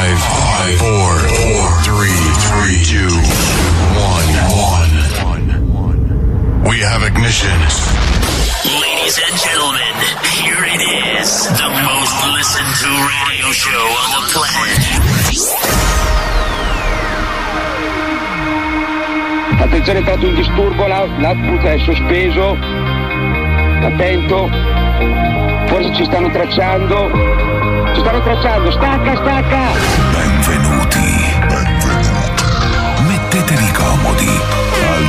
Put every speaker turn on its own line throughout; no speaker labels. Five, four, four, three, three, two, one, one. We have ignition.
Ladies and gentlemen, here it is. The most listened to radio show on the planet.
Attenzione, è entrato un disturbo, l'out- l'output è sospeso. Attento. Forse ci stanno tracciando. Ci stanno tracciando. Stacca, stacca.
Benvenuti. Mettetevi comodi.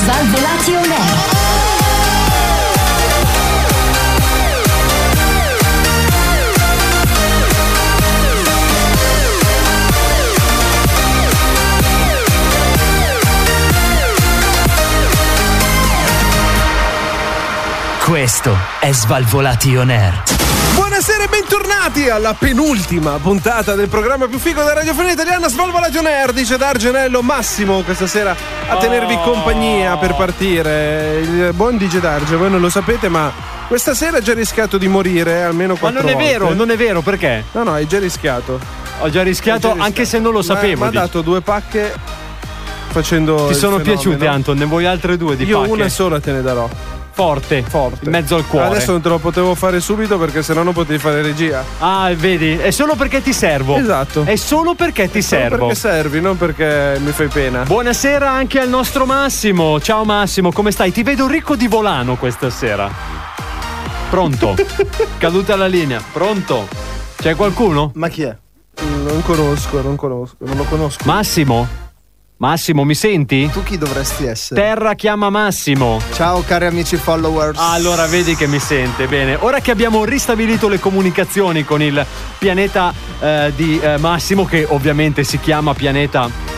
Svalvolati on air.
Questo è Svalvolati On Air.
Buonasera e bentornati alla penultima puntata del programma più figo della radiofonia italiana Svalvolation Air, dice D'Argenello Massimo questa sera a tenervi
Oh.
compagnia per partire. Il buon DJ D'Arge, voi non lo sapete ma questa sera ha già rischiato di morire eh, almeno
Ma
quattro
non è vero,
volte.
non è vero, perché?
No, no, hai già rischiato.
Ho già rischiato
Hai già
anche
rischiato.
se non lo
Ma-
sapevo.
Ma ha
dici.
dato due pacche facendo...
Ti
il
sono
fenomeno.
piaciute, Anton, ne vuoi altre due di
Io
pacche?
una sola te ne darò.
forte,
Forte.
in mezzo al cuore.
Adesso non te lo potevo fare subito perché sennò non potevi fare regia.
Ah, vedi, è solo perché ti servo.
Esatto.
È solo perché ti servo.
Perché servi, non perché mi fai pena.
Buonasera anche al nostro Massimo. Ciao Massimo, come stai? Ti vedo ricco di volano questa sera. Pronto? Caduta la linea. Pronto? C'è qualcuno?
Ma chi è?
Non conosco, non conosco, non lo conosco.
Massimo? Massimo, mi senti?
Tu chi dovresti essere?
Terra chiama Massimo.
Ciao cari amici followers.
Allora vedi che mi sente bene. Ora che abbiamo ristabilito le comunicazioni con il pianeta eh, di eh, Massimo, che ovviamente si chiama pianeta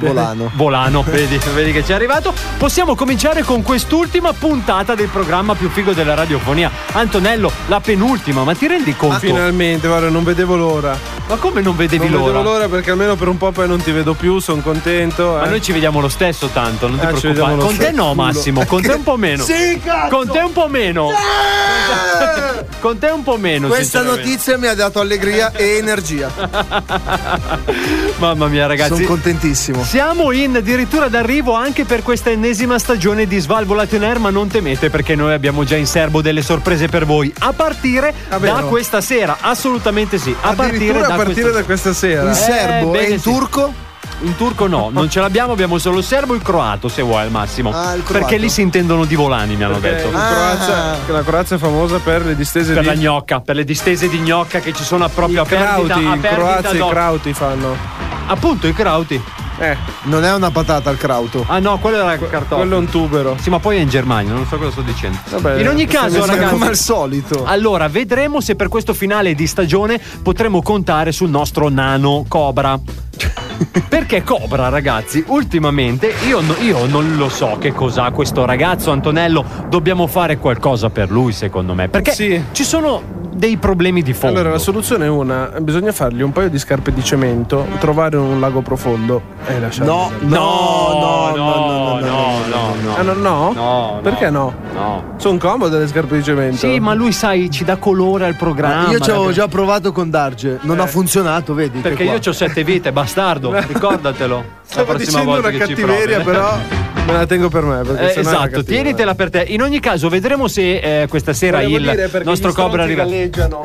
Volano.
Volano, vedi, vedi che ci è arrivato, possiamo cominciare con quest'ultima puntata del programma più figo della radiofonia. Antonello, la penultima, ma ti rendi conto?
Finalmente, guarda, non vedevo l'ora.
Ma come non vedevi
Ah, non
l'ora?
vedevo l'ora perché almeno per un po' poi non ti vedo più, sono contento.
Ma
eh.
noi ci vediamo lo stesso tanto, non ti
Eh, ci
preoccupare.
vediamo lo
Con te
stesso.
no,
Culo.
Massimo, con te un po' meno.
Sì, cazzo!
Con te un po' meno. Con te un po' meno.
Questa
sinceramente.
notizia mi ha dato allegria e energia.
Mamma mia,
Sono
ragazzi.
contentissimo.
Siamo in addirittura d'arrivo anche per questa ennesima stagione di Svalvolati on Air, ma non temete perché noi abbiamo già in serbo delle sorprese per voi. A partire da
Ah, vero?
questa sera, assolutamente sì. A partire
Addirittura
da
a partire
questa-
da questa
In
sera.
Eh,
serbo
bene,
e in
sì.
turco?
In turco no, non ce l'abbiamo, abbiamo solo il serbo e il croato se vuoi al massimo.
Ah, il croato.
perché lì si intendono di volani, mi hanno
Perché Ah,
detto.
in Croazia-
Ah.
che la Croazia è famosa per le distese
Per
di
la gnocca, per le distese di gnocca che ci sono a proprio a
i
perdita,
crauti.
a
In
perdita
Croazia i
d'occhio.
crauti fanno.
Appunto i crauti.
Eh,
Non è una patata il crauto.
Ah no, quello era il cartofo.
quello è un tubero.
Sì, ma poi è in Germania, non so cosa sto dicendo.
Vabbè,
in ogni caso,
Ma
ragazzi,
come al solito.
Allora, vedremo se per questo finale di stagione potremo contare sul nostro nano Cobra. Perché Cobra, ragazzi, ultimamente io, no- io non lo so che cos'ha questo ragazzo Antonello, dobbiamo fare qualcosa per lui, secondo me. Perché
Sì.
ci sono dei problemi di fondo.
Allora, la soluzione è una: bisogna fargli un paio di scarpe di cemento, trovare un lago profondo Eh, e lasciarlo.
No, no,
No, no, no, no, no, no,
Ah, no, no?
No,
Perché no?
No.
Sono comode le scarpe di cemento.
Sì, ma lui, sai, ci dà colore al
Ah,
programma.
Ah, Io ci avevo
ragazzi.
già provato con Darge. Non ha
Eh.
funzionato, vedi?
Perché io ho sette vite, bastardo, ricordatelo.
Stavo
la prossima
dicendo
volta
una
che ci
cattiveria,
provi.
però me la tengo per me. Perché
Eh,
sennò è una
esatto,
cattiva.
tienitela per te. In ogni caso, vedremo se eh, questa sera
Volevo dire
il
perché
nostro
gli
Cobra
stronzi
arriva.
galleggiano.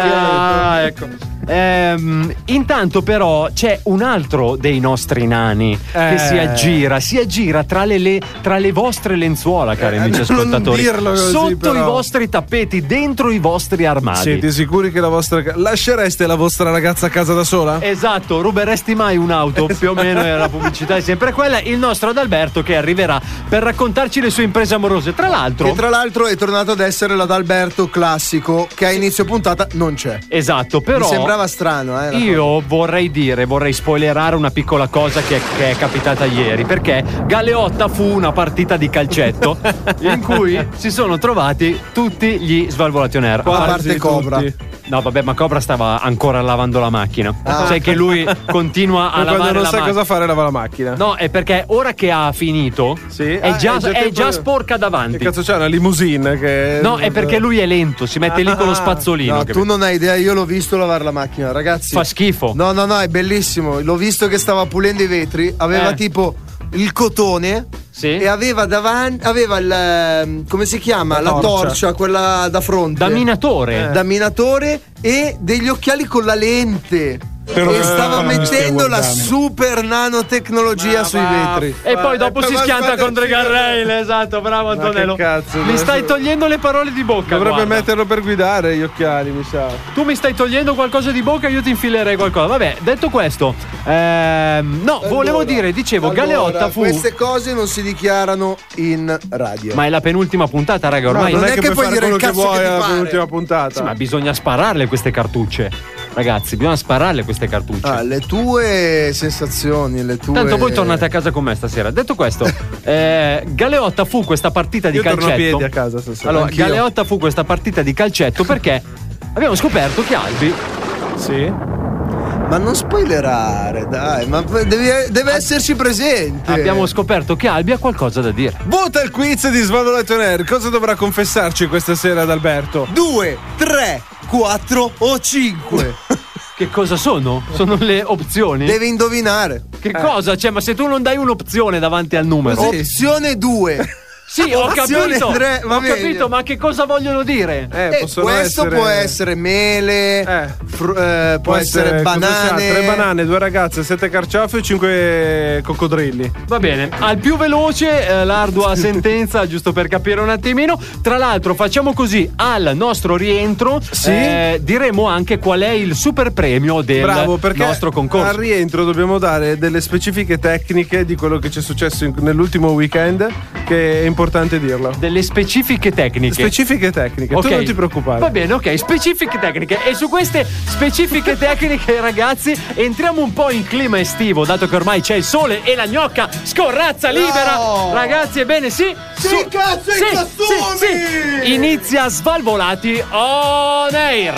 Ah, ecco. Ah, Ehm, intanto, però, c'è un altro dei nostri nani che
Eh.
si aggira, si aggira tra le, le- tra le vostre lenzuola, cari
Eh,
amici
non
ascoltatori,
dirlo così,
sotto
però.
i vostri tappeti, dentro i vostri armadi.
Siete sicuri che la vostra. ca- Lascereste la vostra ragazza a casa da sola?
Esatto, ruberesti mai un'auto? Più o meno era la pubblicità è sempre quella. Il nostro Adalberto che arriverà per raccontarci le sue imprese amorose. Tra l'altro.
Che tra l'altro è tornato ad essere la D'Alberto classico che a inizio puntata non c'è.
Esatto, però
Mi sembra sembrava strano, eh. la
Io vorrei dire, vorrei spoilerare una piccola cosa che, che è capitata ieri, perché Galeotta fu una partita di calcetto in cui si sono trovati tutti gli svalvolati on air.
A parte
tutti.
Cobra.
No, vabbè, ma Cobra stava ancora lavando la macchina. Sai che lui continua a
Poi quando
lavare
non
la
sa
macchina.
cosa fare, lava la macchina.
No, è perché ora che ha finito
Sì.
è,
Ah,
già, è
tempo-
già sporca davanti.
Che cazzo c'è? Una limousine che.
No, è perché lui è lento, si mette lì con lo
Ah.
spazzolino.
No,
capito?
tu non hai idea, io l'ho visto lavare la macchina, ragazzi.
Fa schifo.
No, no, no, è bellissimo. L'ho visto che stava pulendo i vetri, aveva
Eh.
tipo il cotone
Sì.
e aveva davanti aveva il ehm, come si chiama? La, torcia. quella da fronte.
Da minatore.
Eh.
Da minatore e degli occhiali con la lente. e stava mettendo la super nanotecnologia sui vetri.
E poi
eh,
dopo si schianta contro i guardrail. Esatto, bravo
che
Antonello.
cazzo,
mi
adesso-
stai togliendo le parole di bocca.
Dovrebbe
guarda.
metterlo per guidare gli occhiali, mi sa.
Tu mi stai togliendo qualcosa di bocca, io ti infilerei qualcosa. Vabbè, detto questo, ehm, no, volevo
Allora,
dire, dicevo,
allora,
Galeotta fu.
Queste cose non si dichiarano in radio.
Ma è la penultima puntata, raga,
Ma
ormai.
non
non
è
è
che,
che
puoi
puoi
fare
dire
quello
il
che
cazzo
vuoi
che ti
alla
pare.
penultima
eh. Sì, ma
puntata.
bisogna spararle queste cartucce. Ragazzi, bisogna spararle queste cartucce.
Ah, le tue sensazioni, le tue.
Tanto
Eh.
voi tornate a casa con me stasera. Detto questo, eh, Galeotta fu questa partita di
Io torno
calcetto.
a piedi a casa stasera.
Allora,
Anch'io.
Galeotta fu questa partita di calcetto perché abbiamo scoperto che Albi
Sì.
Ma non spoilerare, dai, ma devi- deve esserci presente.
abbiamo scoperto che Albi ha qualcosa da dire.
Vota il quiz di Svalvolato on Air. Cosa dovrà confessarci questa sera ad Alberto?
2, 3, 4 o 5.
Che cosa sono? Sono le opzioni?
Devi indovinare.
Eh.
Che
Eh.
cosa? Cioè, ma se tu non dai un'opzione davanti al numero.
Opzione
Eh,
2.
Sì, ho
Opzione
capito.
tre, va
ho
bene.
capito, ma che cosa vogliono dire?
Eh, possono
questo può essere mele,
Eh.
fru- eh, può,
cosa
essere, banane.
c'ha? Tre banane, due ragazze, sette carciofi e cinque coccodrilli.
Va bene, al più veloce eh, l'ardua sentenza, giusto per capire un attimino. Tra l'altro, facciamo così: al nostro rientro eh, diremo anche qual è il super premio del
Bravo, perché
nostro concorso.
al rientro dobbiamo dare delle specifiche tecniche di quello che ci è successo in- nell'ultimo weekend, che è importante dirlo.
delle specifiche tecniche.
Specifiche tecniche,
Ok.
tu non ti preoccupare.
Va bene, ok, specifiche tecniche. E su queste specifiche tecniche, ragazzi, entriamo un po' in clima estivo, dato che ormai c'è il sole e la gnocca scorrazza libera. Ragazzi, ebbene sì. Sì,
cazzo, i costumi!
Inizia Svalvolati on air.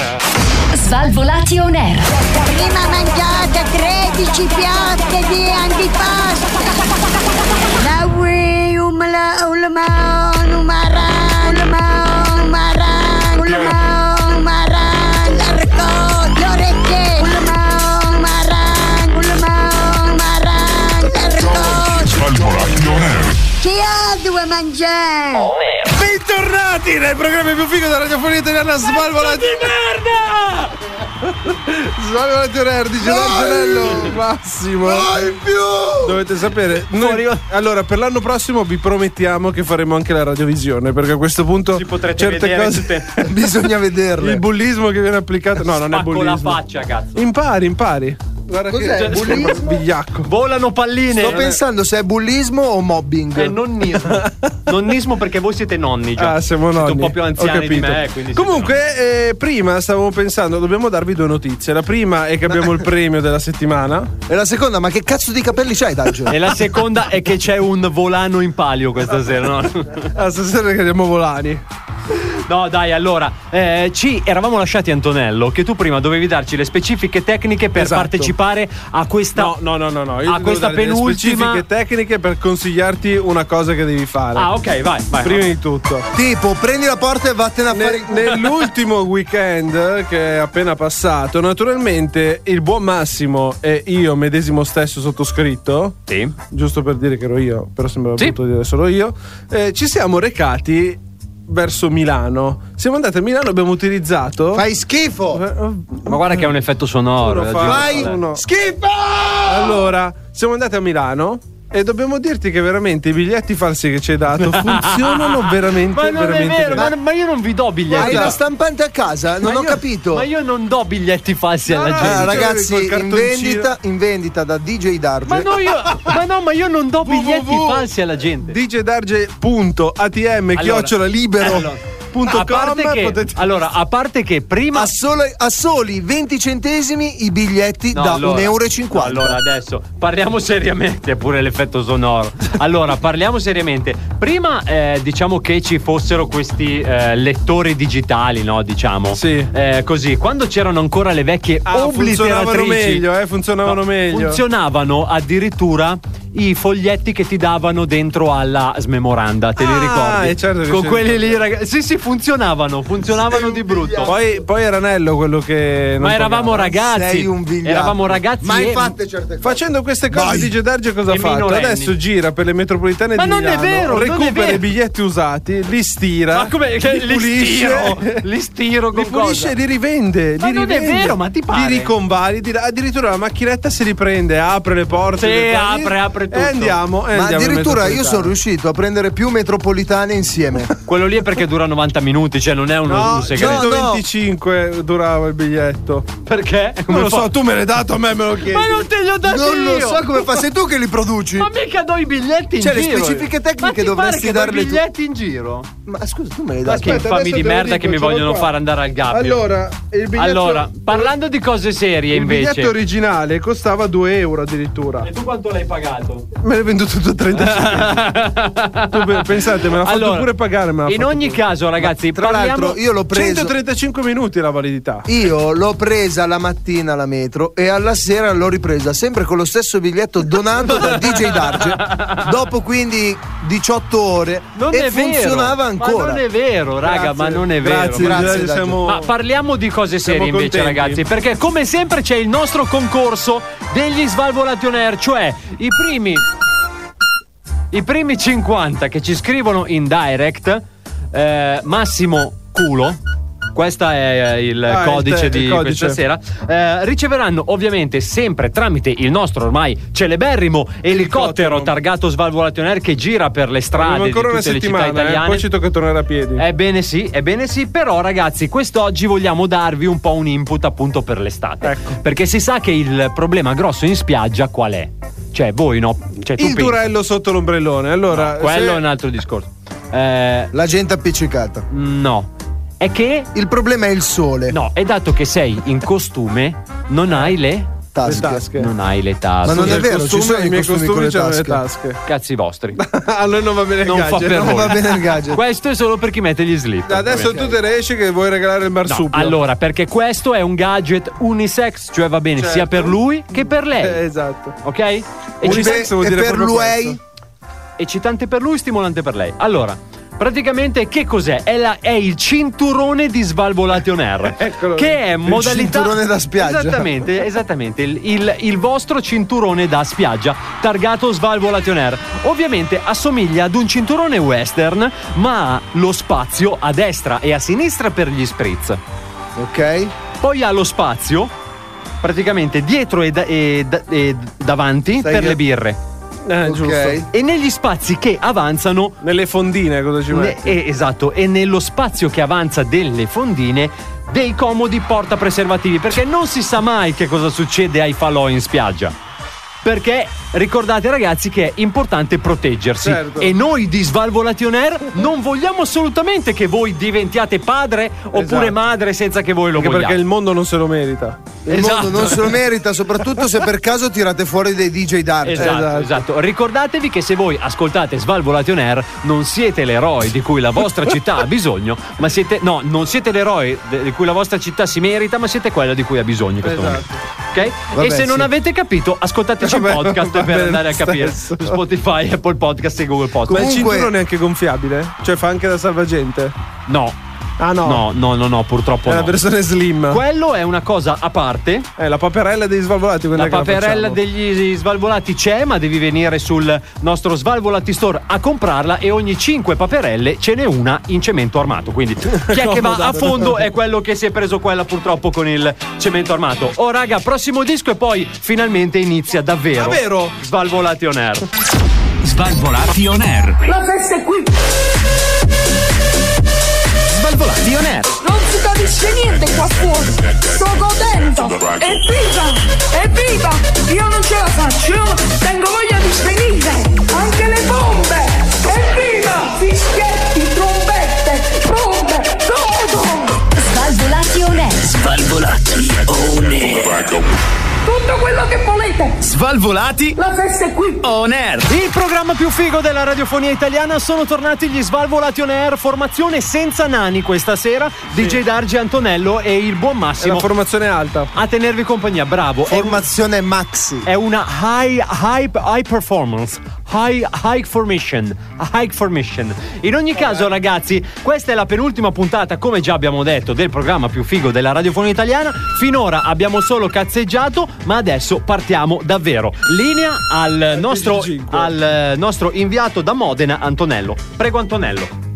Svalvolati on air.
Prima mangiate 13 piatte di antipasto. La um, ui, umla, ulma, umara, ulma, umara, ulma, umara, l'arco, l'orecchie, ulma, umara, um, ulma, umara, l'arco.
Svalvolati on air.
Chi ha due mangiare?
Bentornati nel programma più figo della radiofonia italiana Svalvolati
merda!
Svalvolati on Air di Gerardo Massimo Dovete sapere noi- Allora per l'anno prossimo vi promettiamo che faremo anche la radiovisione Perché a questo punto
Ci potrete
certe
vedere
cose
tutte.
Bisogna vederle.
Il bullismo che viene applicato No non è
Spacco
bullismo
la faccia, cazzo.
Impari impari Cioè, Guarda che
Cos'è? Bullismo?
Vigliacco
Volano palline.
Sto pensando se è bullismo o mobbing.
Eh,
È nonnismo. nonnismo perché voi siete nonni già.
Ah, siamo nonni.
Siete un po' più
Ho
anziani
capito.
di me, quindi siete
Comunque, eh, prima stavamo pensando, dobbiamo darvi due notizie. La prima è che abbiamo il premio della settimana.
E la seconda, ma che cazzo di capelli c'hai, Daggio?
E la seconda è che c'è un volano in palio questa sera, no?
Ah, stasera che andiamo volani.
No, dai, allora, eh, ci eravamo lasciati, Antonello, che tu prima dovevi darci le specifiche tecniche per
Esatto.
partecipare a questa.
No, no, no, no, no. Io
a
ti devo
Ah, questa
dare delle
penultima.
specifiche tecniche per consigliarti una cosa che devi fare.
Ah, ok, vai, vai.
Prima di tutto.
Tipo, prendi la porta e vattene a fare
Ne-
il culo.
nell'ultimo weekend che è appena passato, naturalmente il buon Massimo e io medesimo stesso sottoscritto,
Sì.
giusto per dire che ero io, però sembrava
Sì.
brutto dire solo io, eh, ci siamo recati verso Milano. Siamo andati a Milano e abbiamo utilizzato... Eh, oh,
Fai schifo.
Ma guarda che è un effetto sonoro.
Uno
eh,
fa-
giusto,
Fai
vabbè.
uno.
schifo.
Allora, siamo andati a Milano e dobbiamo dirti che veramente i biglietti falsi che ci hai dato funzionano veramente,
Ma non
veramente
è vero,
bene.
ma, ma io non vi do
Hai
biglietti.
la stampante a casa? Non
Ma
ho
io-
capito.
Ma io non do biglietti falsi alla
no,
gente.
Ah,
Cioè,
ragazzi,
col
in
cartoncino.
vendita, in vendita da DJ Darge.
Ma no, io, ma no, ma io non do biglietti falsi alla gente.
DJDarge.atm
Allora, eh,
chiocciola libero.
allora, a parte
Svalvolati.com
che,
potete-
allora, a parte che prima
Ah,
a, solo- a soli 20 centesimi i biglietti
No,
da
allora,
1,50 euro. e cinquanta.
no, allora adesso parliamo seriamente, pure l'effetto sonoro. Allora parliamo seriamente. Prima eh, diciamo che ci fossero questi eh, lettori digitali, no? Diciamo.
Sì.
Eh, così, quando c'erano ancora le vecchie
Ah, funzionavano
obliteratrici.
meglio, eh, funzionavano meglio.
Funzionavano addirittura i foglietti che ti davano dentro alla smemoranda, te li
Ah,
ricordi?
eh, certo che
Con
c'è.
quelli lì, ragazzi. Sì, sì, funzionavano, funzionavano di brutto.
Poi, poi era Nello quello che. non
ma eravamo
pagava.
ragazzi,
Sei un vigliacco.
eravamo ragazzi
Mai
e-
fatte certe cose.
Facendo queste cose,
Vai.
DJ Darge cosa
E
ha fatto?
minorenni.
Adesso gira per le metropolitane
Ma
di
non è
Milano,
vero, non è
recupera
vero.
i biglietti usati, li stira,
Ma come
Eh?
cioè,
li,
li,
pulisce,
stiro? Li stiro
li
con
pulisce
cosa?
e li rivende.
Ma
li
non è
rivende,
vero, ma ti pare?
Li riconvalidi, addirittura la macchinetta si riprende, apre le
Sì,
porte. del pianeta
apre, apre tutto.
E andiamo. e
eh,
Ma
andiamo in
addirittura io
metropolitana.
sono riuscito a prendere più metropolitane insieme.
Quello lì è perché dura 90 minuti, cioè non è uno,
No,
un segreto.
no, no.
125 durava il biglietto.
Perché?
Non
Come
lo
fa-
so, tu me l'hai dato, a me me lo chiedi.
Ma non te li ho dati
non
io!
lo so come fa, sei tu che li produci.
Ma mica do i biglietti in
Cioè, le
giro! eh.
specifiche tecniche
Ma ti
dovresti
pare che do
darle
i
tu.
biglietti in giro?
Ma scusa, tu me l'hai
Ma
dato.
che infami di merda che mi vogliono far andare al gabbio.
Allora, il biglietto,
Allora, parlando di cose serie
il
invece.
biglietto originale costava 2 euro addirittura.
E tu quanto l'hai pagato?
Me l'hai venduto tutto a 35. Tu pe- pensate, me l'ha fatto pure pagare, me l'ha
in
fatto
ogni
pure.
caso, ragazzi,
Tra
parliamo-
l'altro, io l'ho preso.
135 minuti la validità.
Io l'ho presa la mattina la metro e alla sera l'ho ripresa sempre con lo stesso biglietto donato da DJ Darge. Dopo quindi 18 ore
Non
e
è vero.
funzionava ancora.
Ma non è vero, raga, ma non è vero.
Grazie,
Grazie,
grazie,
Daggio.
siamo-
Ma parliamo di cose
Siamo
serie invece,
contenti.
ragazzi, perché come sempre c'è il nostro concorso degli Svalvolati on Air, cioè i primi i primi 50 che ci scrivono in direct eh, Massimo culo questo è eh, il
Ah, il
codice
te-
di
il codice.
questa sera. eh, riceveranno ovviamente sempre tramite il nostro ormai celeberrimo elicottero
Elicottero.
targato Svalvolation Air che gira per le strade
Abbiamo
di
ancora una
tutte le città
settimana, eh,
italiane. Eh,
poi ci tocca tornare a piedi.
Ebbene sì, ebbene sì, però ragazzi, quest'oggi vogliamo darvi un po' un input appunto per l'estate.
Ecco.
Perché si sa che il problema grosso in spiaggia qual è? Cioè, voi no? Cioè, tu
il
pensi-
durello sotto l'ombrellone. Allora,
No, quello
se-
è un altro discorso. Eh,
La gente appiccicata.
no. È che
Il problema è il sole.
no, è dato che sei in costume, non hai le
Tasche.
le tasche.
non hai le
Ma
tasse.
non è
nel
vero,
costume,
ci sono
i miei
costumi
costumi,
con le
c'hanno le
tasche.
tasche.
Cazzi vostri.
a noi non va bene il
Non fa
gadget,
per
no?
Non
voi.
va bene il gadget.
Questo è solo per chi mette gli slip.
Adesso tu te ne esci che vuoi regalare il
No,
marsupio.
allora, perché questo è un gadget unisex, cioè va bene
Certo.
sia per lui che per
Eh,
lei.
esatto.
Ok? E
E,
ci-
Unisex vuol
e
dire
per
proprio
l'UEI
eccitante per lui, stimolante per lei. Allora, praticamente che cos'è? È, la- è il cinturone di Svalvolation Air.
Eccolo.
Che è modalità...
cinturone da spiaggia.
Esattamente, esattamente. Il, il- il vostro cinturone da spiaggia, targato Svalvolation Air. Ovviamente assomiglia ad un cinturone western, ma ha lo spazio a destra e a sinistra per gli spritz.
ok?
Poi ha lo spazio, praticamente dietro e, da- e da- e davanti,
Sai
per
che-
le birre.
Eh,
Ok.
giusto.
E negli spazi che avanzano
Nelle fondine cosa ci
Ne-
metti?
eh, esatto, e nello spazio che avanza delle fondine dei comodi porta preservativi, perché non si sa mai che cosa succede ai falò in spiaggia. Perché ricordate ragazzi che è importante proteggersi
Certo.
e noi di Svalvolation Air non vogliamo assolutamente che voi diventiate padre oppure
Esatto.
madre senza che voi lo
Anche perché
vogliate.
il mondo non se lo merita.
Il
Esatto.
mondo non se lo merita, soprattutto se per caso tirate fuori dei DJ Darge.
Esatto, esatto, Ricordatevi che se voi ascoltate Svalvolation Air non siete l'eroe di cui la vostra città ha bisogno, ma siete no, non siete l'eroe de- di cui la vostra città si merita, ma siete quella di cui ha bisogno in questo
Esatto.
momento. Ok?
Vabbè,
e se non
sì.
avete capito, ascoltateci in
Vabbè,
podcast
va
per
bene
andare a
lo
capire
stesso.
su Spotify, Apple Podcast e Google
Ma
Podcast.
il
Comunque-
cinturone è anche gonfiabile? Cioè fa anche da salvagente?
No.
Ah no.
No, no, no, no, purtroppo
È
no.
una persona slim.
Quello è una cosa a parte.
Eh, la paperella dei svalvolati. quando
La
è che
paperella
facciamo?
degli svalvolati c'è, ma devi venire sul nostro Svalvolati Store a comprarla e ogni 5 paperelle ce n'è una in cemento armato. Quindi chi è che va a fondo è quello che si è preso quella purtroppo con il cemento armato. Oh raga, prossimo disco e poi finalmente inizia davvero.
Davvero?
Svalvolati on air.
Svalvolati on air.
La festa è qui,
Svalvolati on air.
non si capisce niente qua fuori. Sto godendo. Evviva! Evviva! Io non ce la faccio, io tengo voglia di svenire. Anche le bombe! Evviva! Fischietti, trombette, bombe! volete?
Svalvolati
La festa è qui.
on air.
Il programma più figo della radiofonia italiana sono tornati gli Svalvolati on Air, formazione senza nani questa sera, DJ Dargi Antonello e il buon
È una
Massimo
formazione alta.
a tenervi compagnia, bravo. È, un-
Formazione Maxi.
è una high, high, high performance, high, high formation, high formation. In ogni caso ragazzi, questa è la penultima puntata, come già abbiamo detto, del programma più figo della radiofonia italiana. Finora abbiamo solo cazzeggiato, ma adesso partiamo davvero. Linea al nostro,
25.
al eh, nostro inviato da Modena, Antonello. Prego Antonello.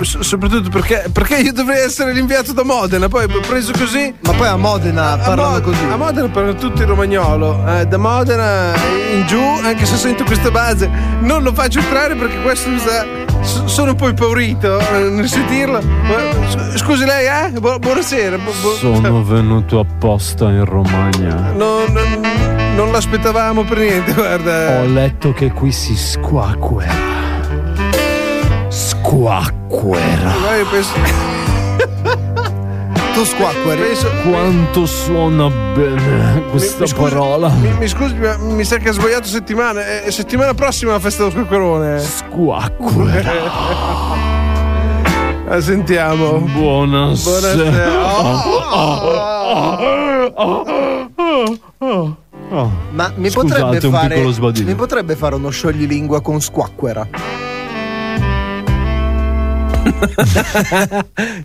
S- soprattutto perché, perché io dovrei essere l'inviato da Modena, poi preso così.
Ma poi a Modena parlano
Mod-
così.
A Modena parlano tutti il romagnolo, eh, da Modena in giù, anche se sento questa base, non lo faccio entrare perché questo mi sa- s- sono un po' impaurito eh, nel sentirlo. Eh, s- Scusi lei, eh? Bu- buonasera. bu- bu-
venuto apposta in Romagna.
Non, non- non l'aspettavamo per niente,
Oh,
guarda.
letto che qui si squacquera. Squacquera.
Guarda, io penso,
Tu squacqueri.
penso-
Quanto suona bene
mi scusi- Mi, mi scusi, ma mi sa che ha sbagliato settimana. eh, settimana prossima la festa dello squacquerone.
Squacquera.
Eh, sentiamo.
Buonasera. Ah,
Buonasera.
ah,
Ma mi
Scusate,
potrebbe
un
fare.
piccolo sbadiglio.
Mi potrebbe fare uno scioglilingua con squacquera.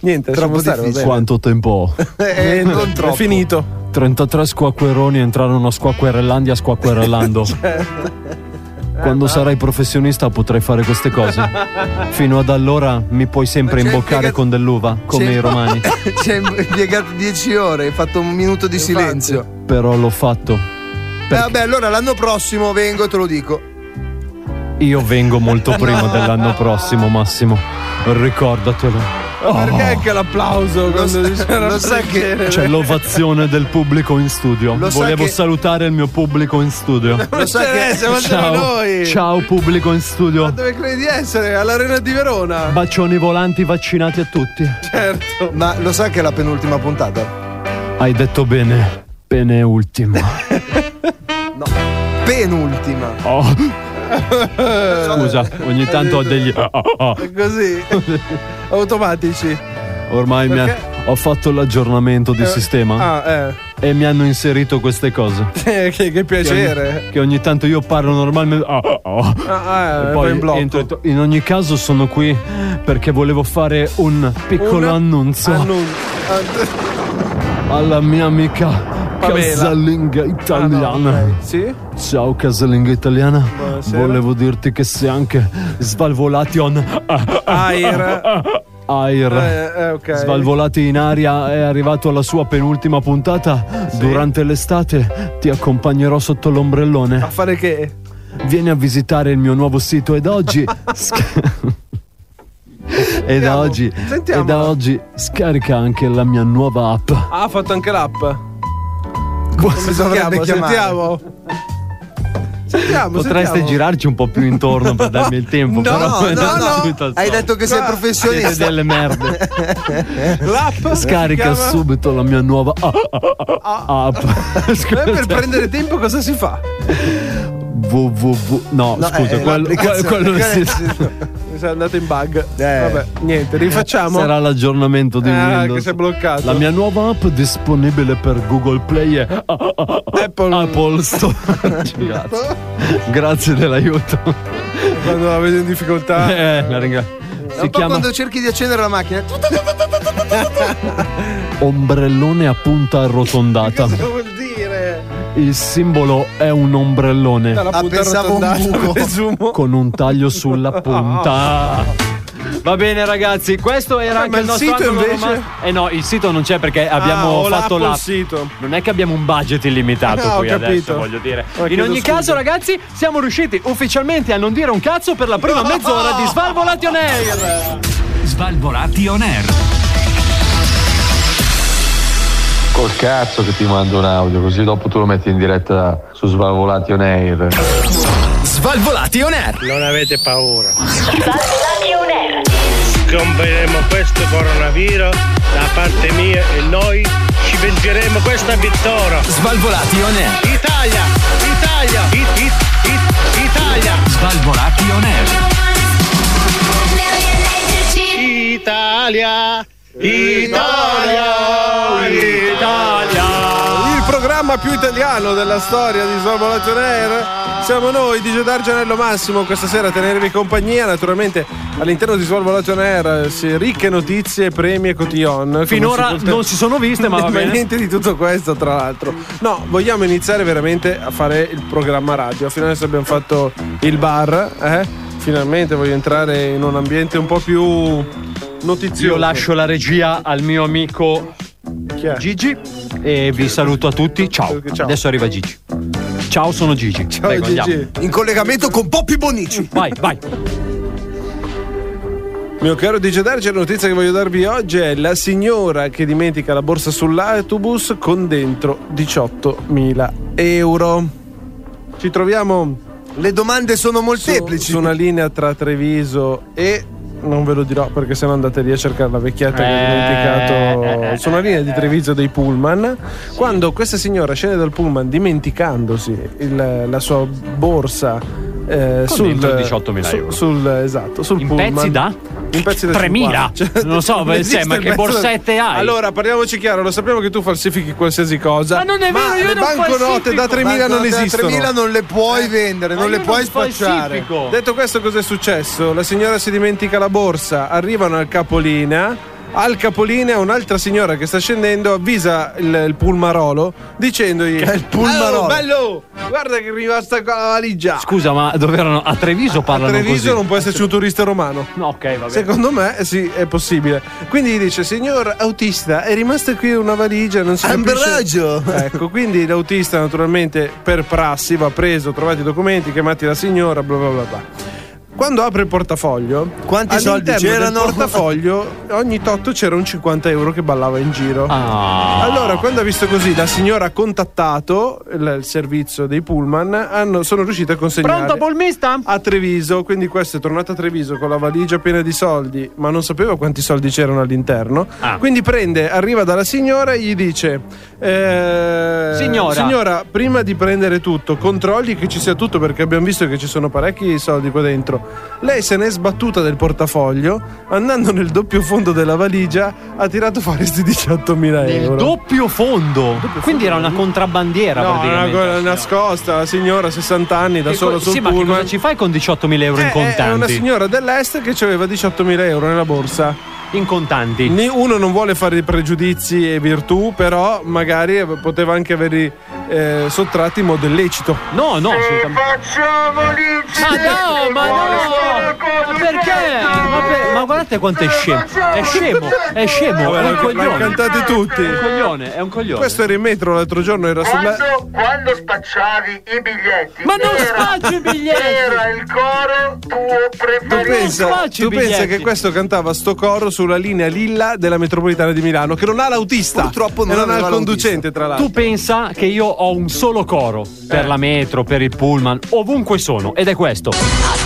Niente,
Troppo
lasciamo stare, va
difficile.
bene.
Quanto tempo?
Eh, non
È
troppo.
finito.
33 squacqueroni entrarono a squacquerellandia squacquerellando.
Certo. Eh,
Quando sarai professionista potrai fare queste cose. Fino ad allora mi puoi sempre
Ma c'è
imboccare
impiegato-
con dell'uva, come
c'è-
i romani.
Ci hai impiegato 10 ore, hai fatto un minuto di silenzio.
Però l'ho fatto.
Eh, vabbè, allora l'anno prossimo vengo e te lo dico.
Io vengo molto prima dell'anno prossimo, Massimo. Ricordatelo.
Perché anche l'applauso quando
Lo sai che.
C'è l'ovazione del pubblico in studio.
Lo sai
Volevo
che-
salutare il mio pubblico in studio.
Lo sai che.
siamo
Ciao,
noi.
ciao pubblico in studio.
Dove credi di essere? All'Arena di Verona.
Bacioni volanti vaccinati a tutti.
certo.
Ma lo sai che è la penultima puntata?
Hai detto bene. Bene ultimo.
Penultima.
Oh, scusa, ogni tanto ho degli. oh, oh, oh.
Così. Automatici.
Ormai mi ha-
Perché?
ho fatto l'aggiornamento di
Eh,
sistema
Ah, eh.
e mi hanno inserito queste cose.
che, che piacere.
Che ogni tanto io parlo normalmente. oh, oh, oh. E
Ah, eh, poi
poi
in blocco.
entro e to- in ogni caso sono qui perché volevo fare un piccolo
Un
annuncio
annun- an-
alla mia amica
Pamela.
casalinga
ah, no,
italiana.
ok. Sì?
Ciao casalinga italiana,
Buonasera.
volevo dirti che sei anche svalvolati on
Ah. Air.
air.
Eh, eh, ok.
Svalvolati in aria è arrivato alla sua penultima puntata. Durante l'estate ti accompagnerò sotto
A
l'ombrellone.
fare che?
Vieni a visitare il mio nuovo sito ed oggi. E da,
Sentiamo,
oggi, e
sentiamola.
da oggi scarica anche la mia nuova app.
Ah, ha fatto anche l'app. Come si
dovrebbe
chiama?
chiamare?
Sentiamo. Sentiamo.
Potreste
sentiamo.
girarci un po' più intorno per darmi il tempo.
No,
però
no,
andate
no.
subito al
Hai
solito.
detto che sei
Ma-
professionista.
Siete delle merde.
L'app.
Scarica
si chiama?
subito la mia nuova ah, ah, ah, app.
Eh, Per
Scusa. cioè,
prendere tempo cosa si fa?
www. No,
No,
scusa,
eh,
quello,
l'applicazione.
quello- quello sì-
Mi sono andato in bug.
Eh.
Vabbè, niente, rifacciamo.
sarà l'aggiornamento di
Ah,
Windows.
che si è bloccato.
La mia nuova app disponibile per Google Play e
Apple.
Apple Store. Grazie. Grazie dell'aiuto.
Quando la vedo in difficoltà.
Eh, la ringra-
È
Si
un po'
chiama
quando cerchi di accendere la macchina.
ombrellone a punta arrotondata.
Cosa vuol dire?
Il simbolo è un ombrellone.
La
Ah,
punta
pensavo un
arrotondata,
buco.
Oh.
presumo.
con un taglio sulla punta. Va bene ragazzi, questo era
Ah,
anche
ma
il,
il
nostro
sito
anno
invece?
romantico. Eh no, il sito non c'è perché
Ah,
abbiamo
ho
fatto
l'app.
l'app.
sul sito.
Non è che abbiamo un budget illimitato
Ah, ho
qui adesso,
capito.
voglio dire.
Ma
In
chiedo
ogni
scusa.
caso ragazzi, siamo riusciti ufficialmente a non dire un cazzo per la prima mezz'ora di Svalvolati on Air.
Svalvolati on air.
Col cazzo che ti mando un audio, così dopo tu lo metti in diretta su Svalvolati on Air.
Svalvolati on air.
Non avete paura. Scomperemo questo coronavirus da parte mia e noi ci vengeremo questa vittoria.
Svalvolati on air.
Italia! Italia!
programma più italiano della storia di Svalvolation Air. Siamo noi, DJ Dargianello Massimo, questa sera a tenervi compagnia. Naturalmente all'interno di Svalvolation Air si eh, ricche notizie, premi e cotillon.
Finora non si sono viste, ma va bene.
niente di tutto questo, tra l'altro. No, vogliamo iniziare veramente a fare il programma radio. Fino adesso abbiamo fatto il bar, eh? Finalmente voglio entrare in un ambiente un po' più notizioso.
Io lascio la regia al mio amico Gigi e vi saluto a tutti. Ciao. Adesso arriva Gigi. Ciao, sono Gigi.
Oh,
Prego, andiamo.
In collegamento con Poppy Bonici.
Vai, vai.
Mio caro DJ Darge, la notizia che voglio darvi oggi è la signora che dimentica la borsa sull'autobus con dentro 18.000 euro. Ci troviamo.
Le domande sono molteplici.
Su, una linea tra Treviso e. Non ve lo dirò perché se no andate lì a cercare la vecchietta che
Eh,
ha dimenticato. Su una linea di Treviso dei pullman. Quando questa signora scende dal pullman dimenticandosi il- la sua borsa. eh,
Con dentro 18.000
su-
euro.
Sul, esatto, sul
In
pullman.
pezzi da?
In pezzi da
3.000?
50. Cioè,
Non lo so,
esiste
cioè, ma
il
che
pezzo da-
borsette hai?
Allora, parliamoci chiaro, lo sappiamo che tu falsifichi qualsiasi cosa.
Ma non è vero, io
le
non
banconote
falsifico.
da 3.000 non
Banconote da
esistono.
3.000 non le
Eh,
puoi vendere,
Ma
non
io
le puoi spacciare.
falsifico. Ecco. Detto questo, cos'è successo? La signora si dimentica la borsa, arrivano al capolina. Al capolinea un'altra signora che sta scendendo avvisa il, il pulmarolo dicendogli:
Che è il pulmarolo.
"Oh, bello! Guarda che è rimasta qua la valigia!
Scusa, ma dove erano? A Treviso parlano
A Treviso
così.
non può esserci un turista romano.
No, ok, va bene.
Secondo me eh, sì, è possibile. Quindi gli dice: Signor autista, è rimasta qui una valigia, non
Ah,
si
Ambroggio.
capisce. Ecco, quindi l'autista, naturalmente, per prassi va preso, trovate i documenti, chiamati la signora, bla bla bla bla. Quando apre il portafoglio,
Quanti soldi
all'interno
c'erano?
Del portafoglio, ogni totto c'era un 50 euro che ballava in giro.
Ah.
Allora, quando ha visto così, la signora ha contattato il, il servizio dei pullman, hanno- sono riusciti a consegnare
Pronto, polmista?
a Treviso, quindi questo è tornato a Treviso con la valigia piena di soldi, ma non sapeva quanti soldi c'erano all'interno.
Ah.
Quindi prende, arriva dalla signora e gli dice: eh,
Signora.
prima di prendere tutto, controlli che ci sia tutto perché abbiamo visto che ci sono parecchi soldi qua dentro. Lei se n'è sbattuta del portafoglio, andando nel doppio fondo della valigia, ha tirato fuori questi 18.000
Del
euro.
doppio fondo. Quindi era una contrabbandiera
mm. No, una
praticamente.
cosa nascosta, la signora 60 anni da
Che
solo
co-
sul
sì, ma che
pullman.
cosa ci fai con 18.000 euro in
Eh, È una
contanti?
signora dell'est che aveva 18.000 euro nella borsa.
In contanti.
Né- Uno non vuole fare pregiudizi e virtù, però magari eh, poteva anche averli eh, sottratti in modo illecito.
No, no, assolutamente. Ma no, ma no! Ma perché? Ma, per- ma guardate quanto è scemo! È scemo, è scemo, è Ah,
Vabbè,
un
l'hanno- l'hanno
coglione!
cantati tutti.
È un coglione, è un coglione.
Questo era in metro l'altro giorno, era sulla.
Quando, quando spacciavi i biglietti,
Ma non
era-
spaccio i biglietti!
Era il coro tuo
Tu
preferito.
pensa,
spacci i
tu pensa
biglietti.
che questo cantava sto coro sulla linea lilla della metropolitana di Milano, che non ha l'autista.
Purtroppo non
e non ha
aveva
il conducente, tra l'altro.
Tu pensa che io ho un solo coro per
Eh.
la metro, per il pullman, ovunque sono, ed è questo.
A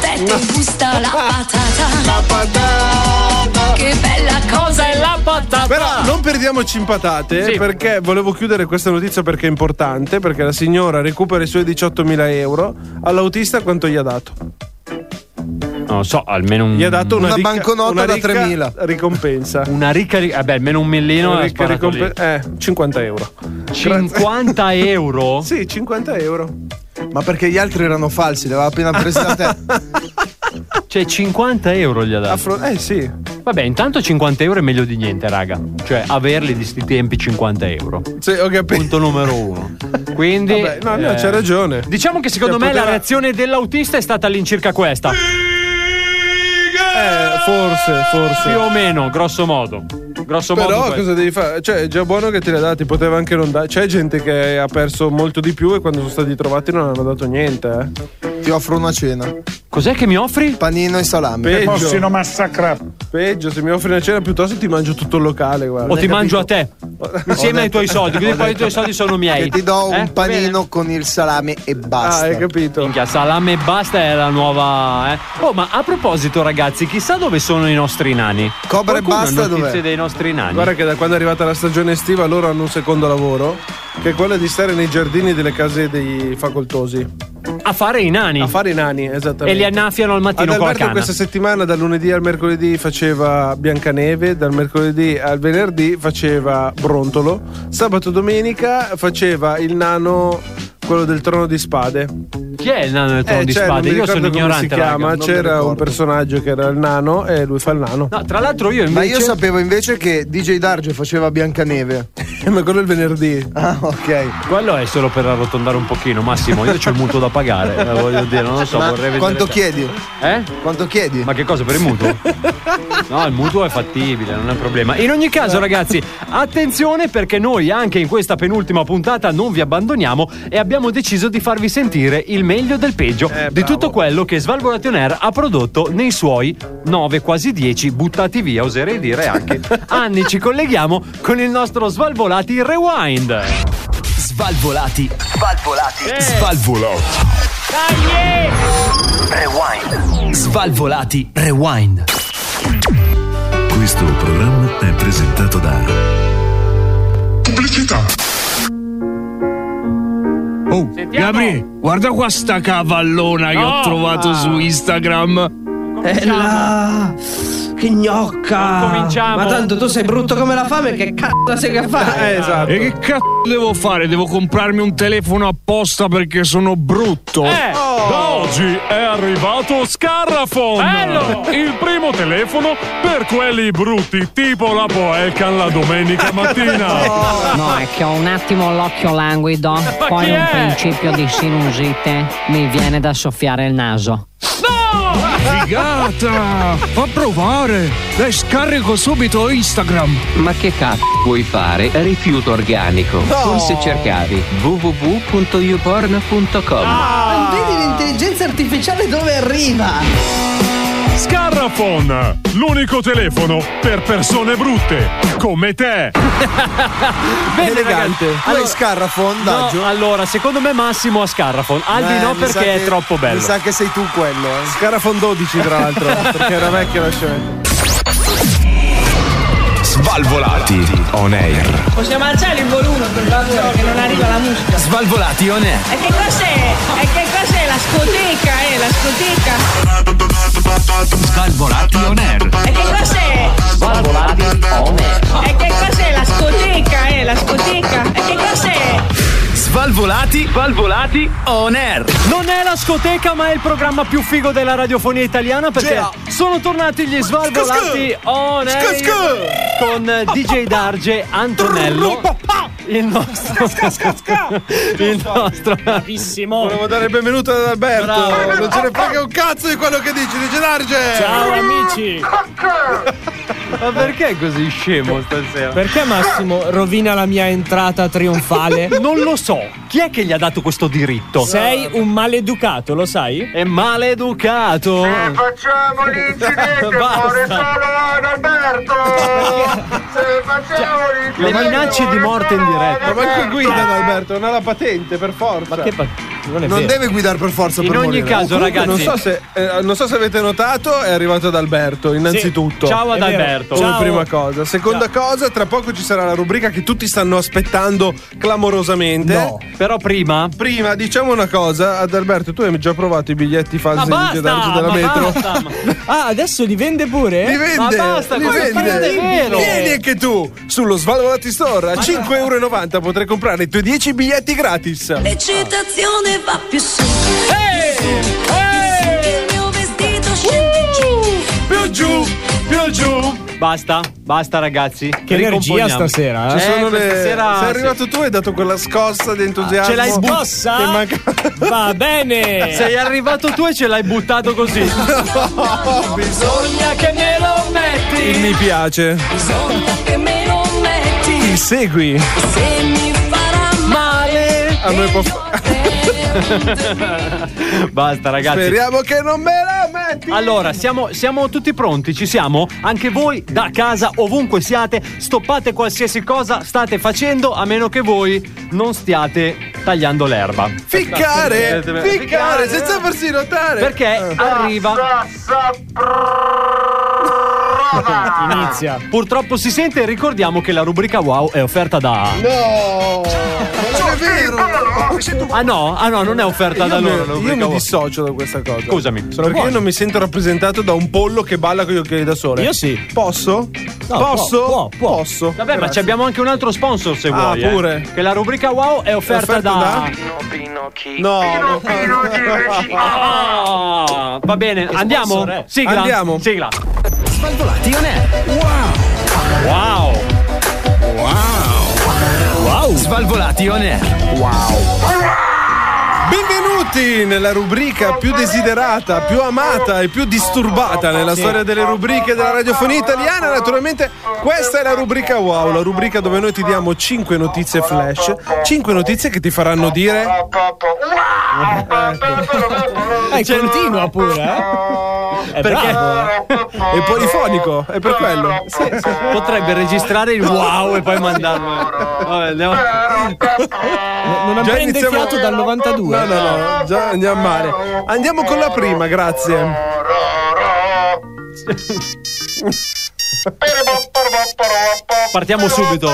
te ti gusta la patata. La patata. Che bella cosa è la patata.
Però non perdiamoci in patate
Ah. Sì.
perché volevo chiudere questa notizia perché è importante, perché la signora recupera i suoi 18.000 euro, all'autista quanto gli ha dato?
Non lo so, almeno un.
Gli ha dato una,
Una
ricca-
banconota
una
da
ricca
3.000.
Ricompensa.
Una ricca. ri- Vabbè, almeno un millino.
Una
l'ha
ricca
sparato lì.
ricompe- eh, 50 euro.
50 euro?
Sì, 50 euro.
Ma perché gli altri erano falsi, le aveva appena prese da te.
Cioè, 50 euro gli ha
A
dato.
fron- eh sì.
Vabbè, intanto 50 euro è meglio di niente, raga. Cioè, averli di sti tempi 50 euro.
Sì, ho capito.
Punto numero uno. Quindi.
Vabbè, no, no, c'ha ragione.
Diciamo che secondo
Cioè,
me la
poteva-
reazione dell'autista è stata all'incirca questa.
Eh, forse, forse.
Più o meno, grosso modo. Grosso modo.
Però
questo.
cosa devi fare? Cioè, è già buono che te li ha dati, poteva anche non dare. C'è gente che ha perso molto di più e quando sono stati trovati non hanno dato niente, eh.
Ti offro una cena.
Cos'è che mi offri?
Panino e salame.
Peggio.
massacrare.
Peggio, se mi offri una cena piuttosto ti mangio tutto il locale, guarda.
O ti mangio a te. Insieme ai tuoi soldi. Quindi
Ho
poi i
detto-
tuoi soldi sono miei.
Che ti do
Eh?
un
Va bene?
panino con il salame e
Ah,
basta.
hai capito.
Minchia, salame e basta è la nuova. eh. Oh, ma a proposito, ragazzi, chissà dove sono i nostri nani.
Cobra e
Qualcuno ha
basta
notizie
dov'è?
dei nostri nani.
Guarda che da quando è arrivata la stagione estiva loro hanno un secondo lavoro, che è quello di stare nei giardini delle case dei facoltosi.
a fare i nani.
A fare i nani, esattamente.
E li annaffiano al mattino con la
Adalberto
canna.
questa settimana dal lunedì al mercoledì faceva Biancaneve, dal mercoledì al venerdì faceva Brontolo, sabato domenica faceva il nano quello del trono di spade.
Chi è il nano del trono
Eh,
di
cioè,
spade?
non mi
Io sono
ricordo come
ignorante.
si chiama,
raga. Non mi
c'era un
ricordo.
personaggio che era il nano e lui fa il nano.
No, tra l'altro io
Ma
invece
io sapevo invece che DJ Darge faceva Biancaneve.
Ma quello è il venerdì.
Ah, ok.
quello è solo per arrotondare un pochino, Massimo. Io c'ho il mutuo da pagare, eh, voglio dire, non lo so,
Ma
vorrei vedere.
quanto
te.
chiedi?
Eh?
Quanto chiedi?
Ma che cosa per il mutuo? No, il mutuo è fattibile, non è un problema. In ogni caso, ragazzi, attenzione perché noi anche in questa penultima puntata non vi abbandoniamo e abbiamo deciso di farvi sentire il meglio del peggio di tutto quello che Svalvolation Air ha prodotto nei suoi 9, quasi 10, buttati via, oserei dire anche. Anni ci colleghiamo con il nostro Svalvolati Rewind.
Svalvolati. Svalvolati.
Eh.
Svalvolati. Rewind. Svalvolati. Rewind.
Questo programma è presentato da Pubblicità.
Oh, Gabri, guarda qua sta cavallona che ho trovato su Instagram.
Bella! Che gnocca!
cominciamo.
Ma tanto tu sei brutto come la fame, che cazzo sei che
Eh,
fai?
esatto.
E che cazzo devo fare? Devo comprarmi un telefono apposta perché sono brutto?
Eh.
Da oggi è arrivato Scarrafon!
Bello.
Il primo telefono per quelli brutti, tipo la Poelcan la domenica mattina.
No, è che ho un attimo l'occhio languido, poi
chi
un
è?
principio di sinusite, mi viene da soffiare il naso.
Figata! Fa provare! Dai, scarico subito Instagram!
Ma che cazzo vuoi fare? Rifiuto organico.
No.
Forse cercavi www.youporn.com.
Ma vedi l'intelligenza artificiale dove arriva?
Scarrafon, l'unico telefono per persone brutte, come te.
Bene,
Elegante.
ragazzi.
Tu hai Scarrafon,
No,
Daggio?
allora, secondo me Massimo a Scarrafon. Aldi
Beh,
no
Eh, mi sa
perché è
che-
troppo bello.
Mi sa che sei tu quello. Eh.
Scarafon 12, tra l'altro, perché era vecchia la scelta.
Svalvolati on air.
Possiamo alzare il volume per favore che non arriva la musica.
Svalvolati on air.
E che cos'è? E che cos'è? La scoteca, eh, la scoteca.
Svalvolati on air.
E che cos'è?
Svalvolati on air.
E che cos'è? La scoteca, eh, la scoteca. E che cos'è?
Svalvolati. Svalvolati on air.
Non è la scoteca, ma è il programma più figo della radiofonia italiana perché
Yeah.
sono tornati gli
Scu,
svalvolati
scu.
on air
Scu, scu.
con eh, DJ Darge Antonello. Il nostro. Il nostro.
Bravissimo. Volevo dare il benvenuto ad Alberto.
Bravo.
Non ce ne frega un cazzo di quello che dici, dice Darge.
Ciao,
amici.
Ma perché è così scemo stasera?
Perché Massimo rovina la mia entrata trionfale?
non lo so. Chi è che gli ha dato questo diritto?
Sei un maleducato, lo sai?
È maleducato.
E facciamo l'incidente,
Basta.
muore solo Don Alberto! Se facciamo l'incidente...
Le minacce di morte in diretta.
Ma anche guida ad Alberto, non ha la patente per forza. Ma che
Non,
vero.
deve guidare per forza
In
per
ogni
morire.
caso,
Comunque,
ragazzi, non so, se, eh, non so se avete notato, è arrivato ad Alberto. Innanzitutto,
Sì. Ciao ad È vero. Alberto.
Come
Ciao.
prima cosa. Seconda cosa, tra poco ci sarà la rubrica che tutti stanno aspettando clamorosamente. No.
Però prima.
Prima, diciamo una cosa, ad Alberto, tu hai già provato i biglietti falsi di
basta,
Via d'Arge della
ma
metro.
basta, Ah, adesso li vende pure?
Li vende, li vende. Vieni anche tu sullo Svalvolati Store a 5,90€ potrai comprare i tuoi 10 biglietti gratis.
L'eccitazione va più su.
Più giù, più giù. Basta, basta ragazzi. Eh, Che
Ricomponiamo. Ci sono le- Sei arrivato tu e hai dato quella scossa di entusiasmo.
Ah, Ce l'hai
scossa?
sbossa?
Va bene.
Sei arrivato tu e ce l'hai buttato così.
Bisogna che me lo metti.
Il mi piace.
Bisogna che me lo metti.
Il segui.
Se mi farà male.
A noi può
Basta ragazzi.
Speriamo che non me la metti.
Allora, siamo, siamo tutti pronti, ci siamo? Anche voi da casa, ovunque siate, stoppate qualsiasi cosa state facendo, a meno che voi non stiate tagliando l'erba.
Ficcare,
eh, Ficcare. eh.
ficcare senza farsi notare.
Perché arriva. Inizia. Purtroppo si sente e ricordiamo che la rubrica wow è offerta da.
No! Non è vero! Eh,
Ah no, ah no, non è offerta da
Io, mi-
loro.
io
l'ubriaco.
mi dissocio da questa cosa.
Scusami, sono
Perché io
buono.
non mi sento rappresentato da un pollo che balla con gli occhiali da sole.
Io sì.
Posso?
No,
Posso?
può, può, può.
Posso.
Vabbè, ma ci
Grazie.
abbiamo anche un altro sponsor se
Ah,
vuoi. eh.
pure.
Che la rubrica wow è offerta,
Offerta da- No, no.
Ah, va bene, andiamo.
sponsor è?
Sigla.
Andiamo.
Sigla.
Svalvolati on air.
Wow.
Wow. Wow. Svalvolati on air. Wow.
Benvenuti nella rubrica più desiderata, più amata e più disturbata nella
Sì.
storia delle rubriche della radiofonia italiana. Naturalmente, questa è la rubrica Wow, la rubrica dove noi ti diamo 5 notizie flash, 5 notizie che ti faranno dire.
Eh,
Cioè,
continua pure, eh? È
Perché-
bravo, eh.
È polifonico, è per quello.
Potrebbe registrare il wow e poi mandarlo. Vabbè, andiamo.
Non
Già
appena
iniziamo-
iniziato dal 92.
No, no, no, già andiamo male. Andiamo con la prima, grazie.
Partiamo subito.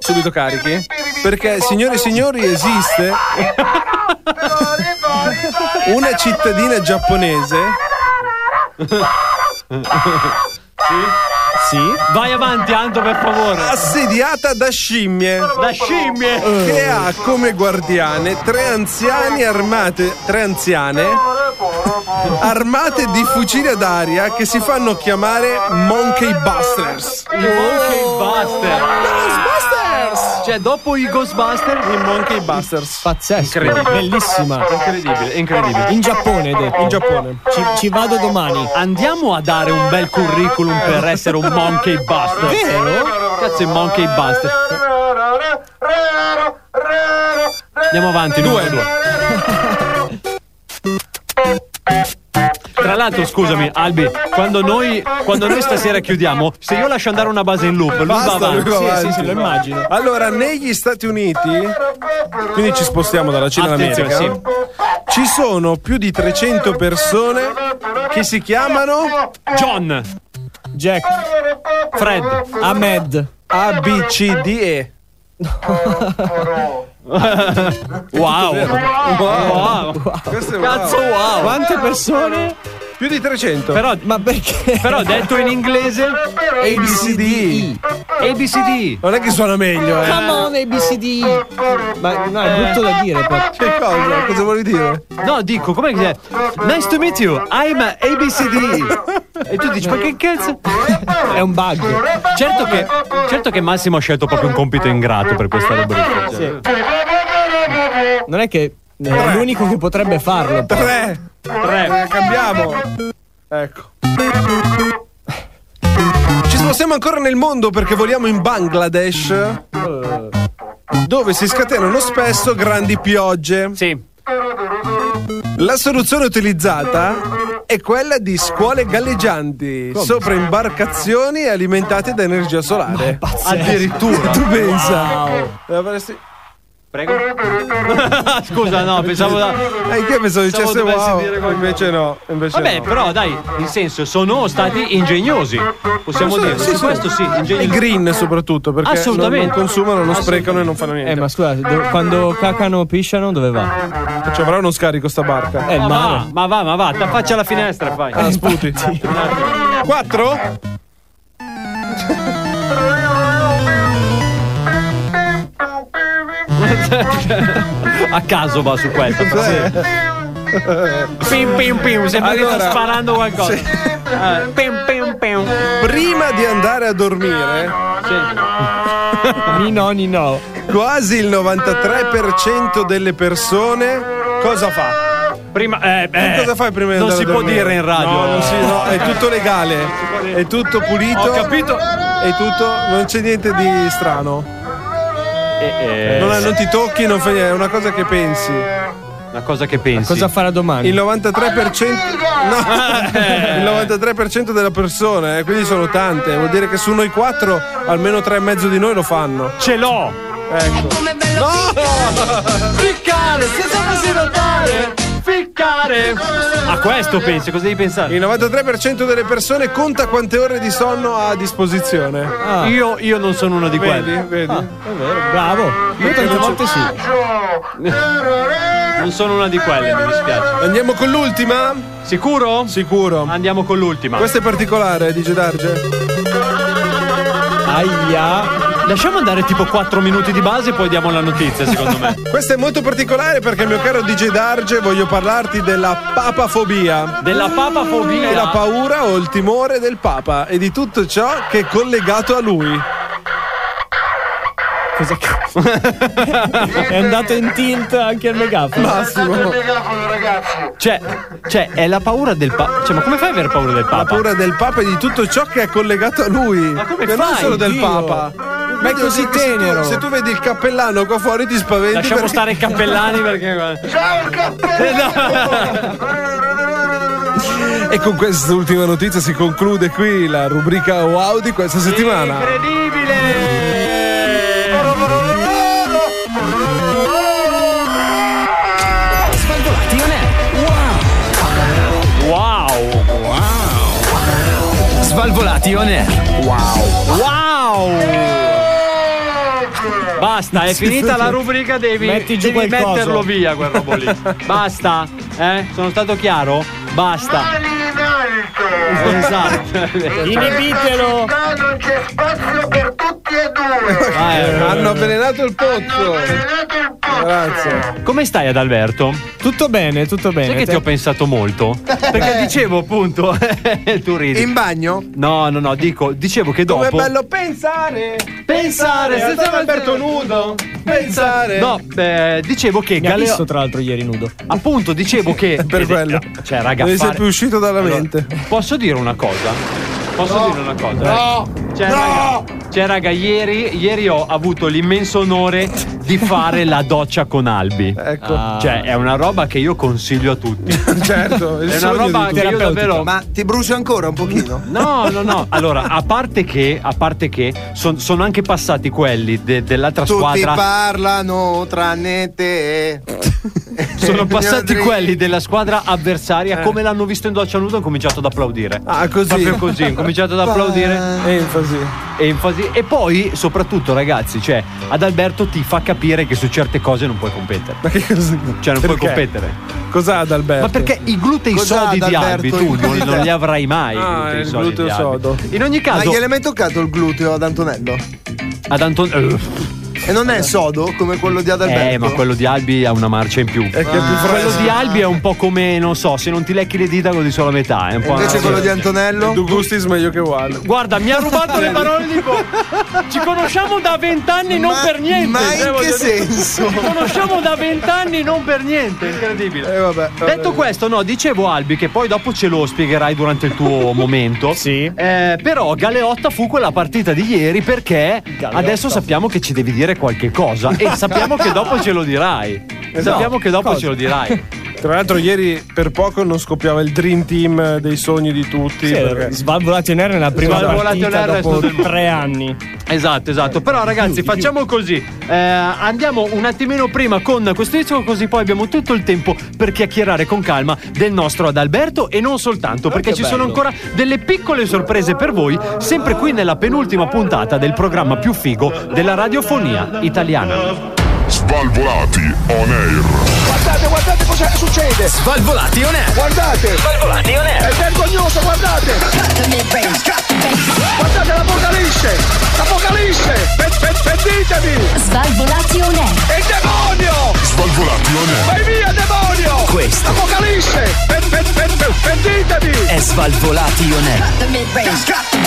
Subito carichi? Perché, signore e signori, esiste una cittadina giapponese.
Sì? Vai avanti, Anto, per favore.
Ah,
Assediata da scimmie.
Da scimmie.
Eh.
Che ha come guardiane tre anziani armate. Tre anziane. Armate di fucile ad aria che si fanno chiamare Monkey Busters.
I Monkey Buster.
Ghostbusters!
Cioè, dopo i Ghostbusters,
i Monkey Busters.
Pazzesco,
Incredibile.
bellissima.
Incredibile, incredibile.
In Giappone, hai detto.
In Giappone.
Ci, ci vado domani.
Andiamo a dare un bel curriculum per essere un Monkey Buster.
Vero?
Cazzo, è Monkey Buster. Andiamo avanti, numero due. Tra l'altro, scusami, Albi, quando noi, quando noi stasera chiudiamo, se io lascio andare una base in loop, lui va
Basta,
avanti.
lui va avanti.
sì, sì, lo immagino.
Allora, negli Stati Uniti, quindi ci spostiamo dalla Cina all'America,
Attenzione,
ci sono più di 300 persone che si chiamano
John,
Jack,
Fred,
Ahmed.
A, B, C, D, E.
wow. wow.
Questo è
Cazzo,
bravo.
wow.
Quante persone?
Più di 300.
Però,
Ma perché?
ecco. però detto in inglese,
ABCD.
ABCD.
Non è che suona meglio, eh.
Come on, ABCD. Ma no, è brutto da dire. però.
Che cosa? Cosa vuoi dire?
No, dico, com'è che Nice to meet you, I'm a ABCD. E tu dici, ma che cazzo?
È un bug.
Certo che, certo che Massimo ha scelto proprio un compito ingrato per questa rubrica.
Sì. Non è che è l'unico che potrebbe farlo. però.
3.
Tre.
Cambiamo. Ecco. Ci spostiamo ancora nel mondo perché voliamo in Bangladesh, dove si scatenano spesso grandi piogge.
Sì.
La soluzione utilizzata è quella di scuole galleggianti sopra imbarcazioni alimentate da energia solare. Eh,
Addirittura.
Tu pensa?
Wow.
Avresti-
Prego. Scusa, no, pensavo da.
Eh, che pensavo
Pensavo
dicesse
dovessi
wow.
dire qualcosa.
Invece no, invece
Vabbè,
no.
però dai, in senso, sono stati ingegnosi. Possiamo
Sì,
dire,
sì,
su
sì.
questo sì,
E
ingegnosi.
green soprattutto perché non,
Assolutamente.
non consumano, non sprecano e non fanno
Eh,
niente.
ma scusa, do- quando cacano o pisciano, dove va?
Ci avrà Cioè, uno scarico sta barca.
Eh,
Ma va,
ma.
ma va, ma va, t'affaccia alla finestra, fai.
Ah, sputi. 4?
A caso va su questo. però. Pim pim pim, sembra che
Allora,
sta sparando qualcosa. Eh, pim pim pim.
Prima di andare a dormire,
Ni no, ni no.
quasi il 93% delle persone cosa fa?
Prima, eh, eh,
cosa fai prima di
Non
andare
si
a
può
dormire?
dire in radio.
No, non si- no, è tutto legale. È tutto pulito.
Ho capito.
È tutto, non c'è niente di strano.
Eh, eh,
Non, non ti tocchi, non fai niente, è una cosa che pensi.
Una cosa che pensi.
Cosa farà domani?
Il 93%,
Eh.
no, il 93% della persona, eh, quindi sono tante. Vuol dire che su noi quattro almeno tre e mezzo di noi lo fanno.
Ce l'ho!
Ecco.
Ficcare senza farsi notare! Ficcare! A questo pensi, cosa devi pensare?
Il 93% delle persone conta quante ore di sonno ha a disposizione.
Io, io non sono uno di
Ah. Vedi,
quelli.
vedi.
bravo. Io tante volte sì. Non sono una di quelle, mi dispiace.
Andiamo con l'ultima?
Sicuro?
Sicuro.
Andiamo con l'ultima.
Questo è particolare, dice Darge.
Aia. Lasciamo andare tipo 4 minuti di base e poi diamo la notizia, secondo me.
Questo è molto particolare perché, mio caro DJ Darge, voglio parlarti della papafobia.
Della papafobia?
È la paura o il timore del papa e di tutto ciò che è collegato a lui.
Cosa cazzo? è andato in tilt anche il megafono.
Massimo.
Cioè, cioè, è la paura del Papa. Cioè, ma come fai ad avere paura del
La
Papa?
paura del Papa e di tutto ciò che è collegato a lui. Ma
come
che non
fai,
solo del
Dio?
Papa.
Ma è così
Perché se tu-
tenero.
Se tu vedi il cappellano qua fuori ti spaventi.
Lasciamo
perché-
stare i cappellani perché. guarda.
Ciao il cappellano!
E con quest'ultima notizia si conclude qui la rubrica wow di questa settimana.
Incredibile! Wow!
Svalvolati on air.
Wow! Basta, è
Sì,
finita
sì.
la rubrica, devi,
Metti giù
devi
qualcosa.
metterlo via quel robot lì. Basta, eh? Sono stato chiaro? Basta.
Mani in alto!
Esatto.
In questa città Non c'è spazio per tutti e due!
Ah, eh,
Eh,
Hanno avvelenato il pozzo. Grazie.
Come stai ad Alberto?
Tutto bene, tutto bene.
Sai che
Te- Eh.
ti ho pensato molto? Perché dicevo appunto, tu ridi.
In bagno?
No, no, no, dico, dicevo che dopo.
Com'è bello pensare!
Pensare,
se
senza-
siamo Alberto nudo! Pensare!
No, eh, dicevo che
Mi ha
Galeo.
visto tra l'altro ieri nudo.
Appunto, dicevo che.
Per
che-
quello.
Cioè, raga,
Non ne sei
fare-
più uscito dalla
Allora,
mente.
Posso dire una cosa? Posso dire una cosa? Cioè, raga, cioè, raga, ieri, ieri ho avuto l'immenso onore di fare la doccia con Albi.
Ecco.
Cioè, è una roba che io consiglio a tutti.
Certo, il
È una
sogno
roba
di
che io davvero.
Ma ti brucia ancora un pochino?
No, no, no. Allora, a parte che, a parte che son- sono anche passati quelli de- dell'altra
Tutti
squadra.
parlano tranne te.
sono passati
Mio
quelli della squadra avversaria. Come l'hanno visto in doccia nudo, ho cominciato ad applaudire.
Eh. Ah, così.
Proprio così, ho cominciato ad
Ah,
applaudire. Eh,
Enfasi.
Enfasi. E poi, soprattutto, ragazzi, cioè, ad Alberto ti fa capire che su certe cose non puoi competere.
Ma che cosa?
Cioè, non puoi
Perché?
competere.
Cos'ha ad Alberto?
Ma perché i glutei
Certo. Cos'ha
sodi
ad
di
Alberto
Albi tu
in
non,
più di
non
te?
li avrai mai. i
Ah,
glutei
il
sodi
gluteo
di Albi.
sodo.
In ogni
Ma
caso,
gliel'hai mai toccato il gluteo ad Antonello?
ad Antonio.
E non è sodo come quello di Adalberto?
Eh, ma quello di Albi ha una marcia in più.
Eh,
È che è più
Quello
fresco.
di Albi è un po' come, non so, se non ti lecchi le dita godi solo a metà. È un po'
Invece
una-
quello di Antonello?
Tu gusti è meglio che uguale.
Guarda, mi ha rubato le parole di bocca. Ci conosciamo da vent'anni, non
Ma-
per niente.
Ma
Eh,
in
voglio
che
dire,
senso?
Ci conosciamo da vent'anni, non per niente. Incredibile.
Eh, vabbè, vabbè.
Detto questo, no, dicevo Albi che poi dopo ce lo spiegherai durante il tuo momento.
Sì.
Eh, però Galeotta fu quella partita di ieri perché
Galeotta.
adesso sappiamo che ci devi dire qualche cosa e sappiamo che dopo ce lo dirai. Sappiamo che dopo
Cosa?
ce lo dirai.
Tra l'altro, ieri per poco non scoppiava il dream team dei sogni di tutti.
Sì,
perché-
Svalvolati on air nella prima
Svalvolati on
partita
air è
dopo
stato il-
tre anni.
Esatto, esatto.
Eh,
Però ragazzi, facciamo così. Eh, andiamo un attimino prima con questo disco, così poi abbiamo tutto il tempo per chiacchierare con calma del nostro Adalberto e non soltanto,
Oh,
perché
che
ci sono
bello.
ancora delle piccole sorprese per voi, sempre qui nella penultima puntata del programma più figo della radiofonia italiana.
Svalvolati on air.
Guardate, guardate cosa succede!
Svalvolati on air.
Guardate!
Svalvolati on
È vergognoso, guardate! Guardate l'apocalisse! L'apocalisse! Pe- pe- Perditevi!
Svalvolati on air.
È il demonio!
Svalvolati on air.
Vai via, demonio!
Questo.
L'apocalisse! Per- per- per- per- Perditevi!
È Svalvolati on air.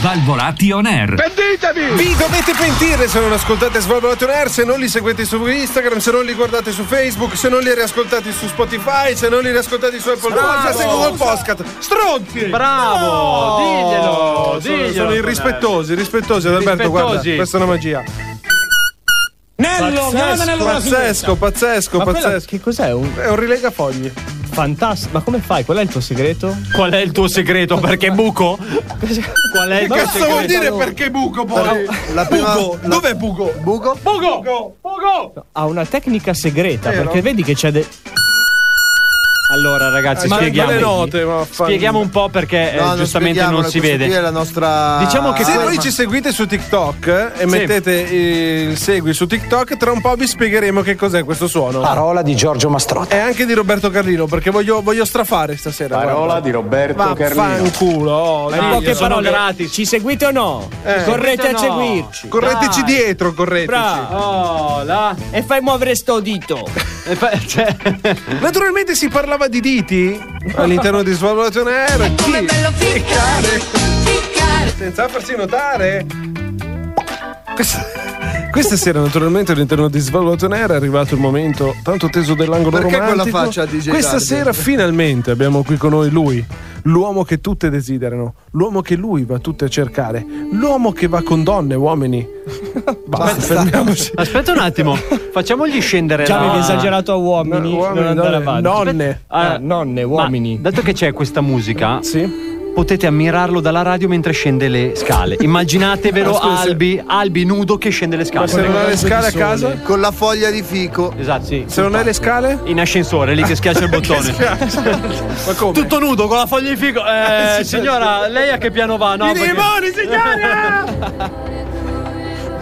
Svalvolati on air.
Perditevi!
Vi dovete pentire se non ascoltate Svalvolato on Air, se non li seguite su Instagram, se non li guardate su Facebook, se non li riascoltate su Spotify, se non li riascoltate su Apple Podcast, se Google Podcast. Stronzi!
Bravo!
Oh,
diglielo!
sono,
diglielo
sono irrispettosi, rispettosi, Alberto, guarda,
Irrispettosi.
questa è una magia.
Nello,
Pazzesco, pazzesco, pazzesco.
Che cos'è? Un
È un rilegafogli.
fantastico. Ma come fai? Qual è il tuo segreto?
Qual è il tuo segreto? Perché buco? Qual è il tuo
Cazzo vuol
segreto?
dire perché buco poi?
La prima-
Buco,
la-
dov'è buco?
Buco?
Eh, Buco! Buco!
Ha una tecnica segreta
Vero?
perché vedi che c'è del.
Allora, ragazzi,
Ma- ma le
spieghiamo.
note, ma fan-
spieghiamo un po' perché eh,
No, non
giustamente non,
spieghiamola,
si
questa
vede.
qui è la
nostra.
Diciamo che se
quella-
voi ci seguite su TikTok eh, e
Sì.
mettete eh, il segui su TikTok, tra un po' vi spiegheremo che cos'è questo suono.
Parola di Giorgio Mastrotta.
E anche di Roberto Carlino, perché voglio, voglio strafare stasera.
Parola di Roberto Carlino.
Fanculo. Oh,
Ma
dai,
in poche
sono
parole,
gratis.
Ci seguite o no?
Eh.
Correte a
No.
seguirci.
Correteci dietro, correteci.
oh,
Bravo. E fai muovere sto dito.
cioè,
Naturalmente si parlava di diti all'interno di Svalvolazione Air. Come bello ficcare, Senza farsi notare. Questa, questa sera, naturalmente, all'interno di Svalvolazione Air è arrivato il momento tanto teso dell'angolo
Perché
romantico.
quella faccia, DJ
Questa
Darge?
sera, finalmente, abbiamo qui con noi lui. L'uomo che tutte desiderano, l'uomo che lui va tutte a cercare, l'uomo che va con donne, uomini. Basta, fermiamoci.
Aspetta un attimo, facciamogli scendere
Già
la-
avevi
esagerato a uomini,
No, uomini,
non andare
donne,
avanti.
nonne.
Ah, nonne, uomini.
Dato che c'è questa musica, potete ammirarlo dalla radio mentre scende le scale. Immaginatevelo
Ah, scusa, se-
Albi, Albi nudo che scende le scale.
Con la foglia di fico.
Esatto, sì.
Se non hai le
scale?
In ascensore, lì che schiaccia il bottone. Tutto nudo con la foglia di fico. Eh, signora, lei a che piano va? No,
I
perché-
demoni, signora!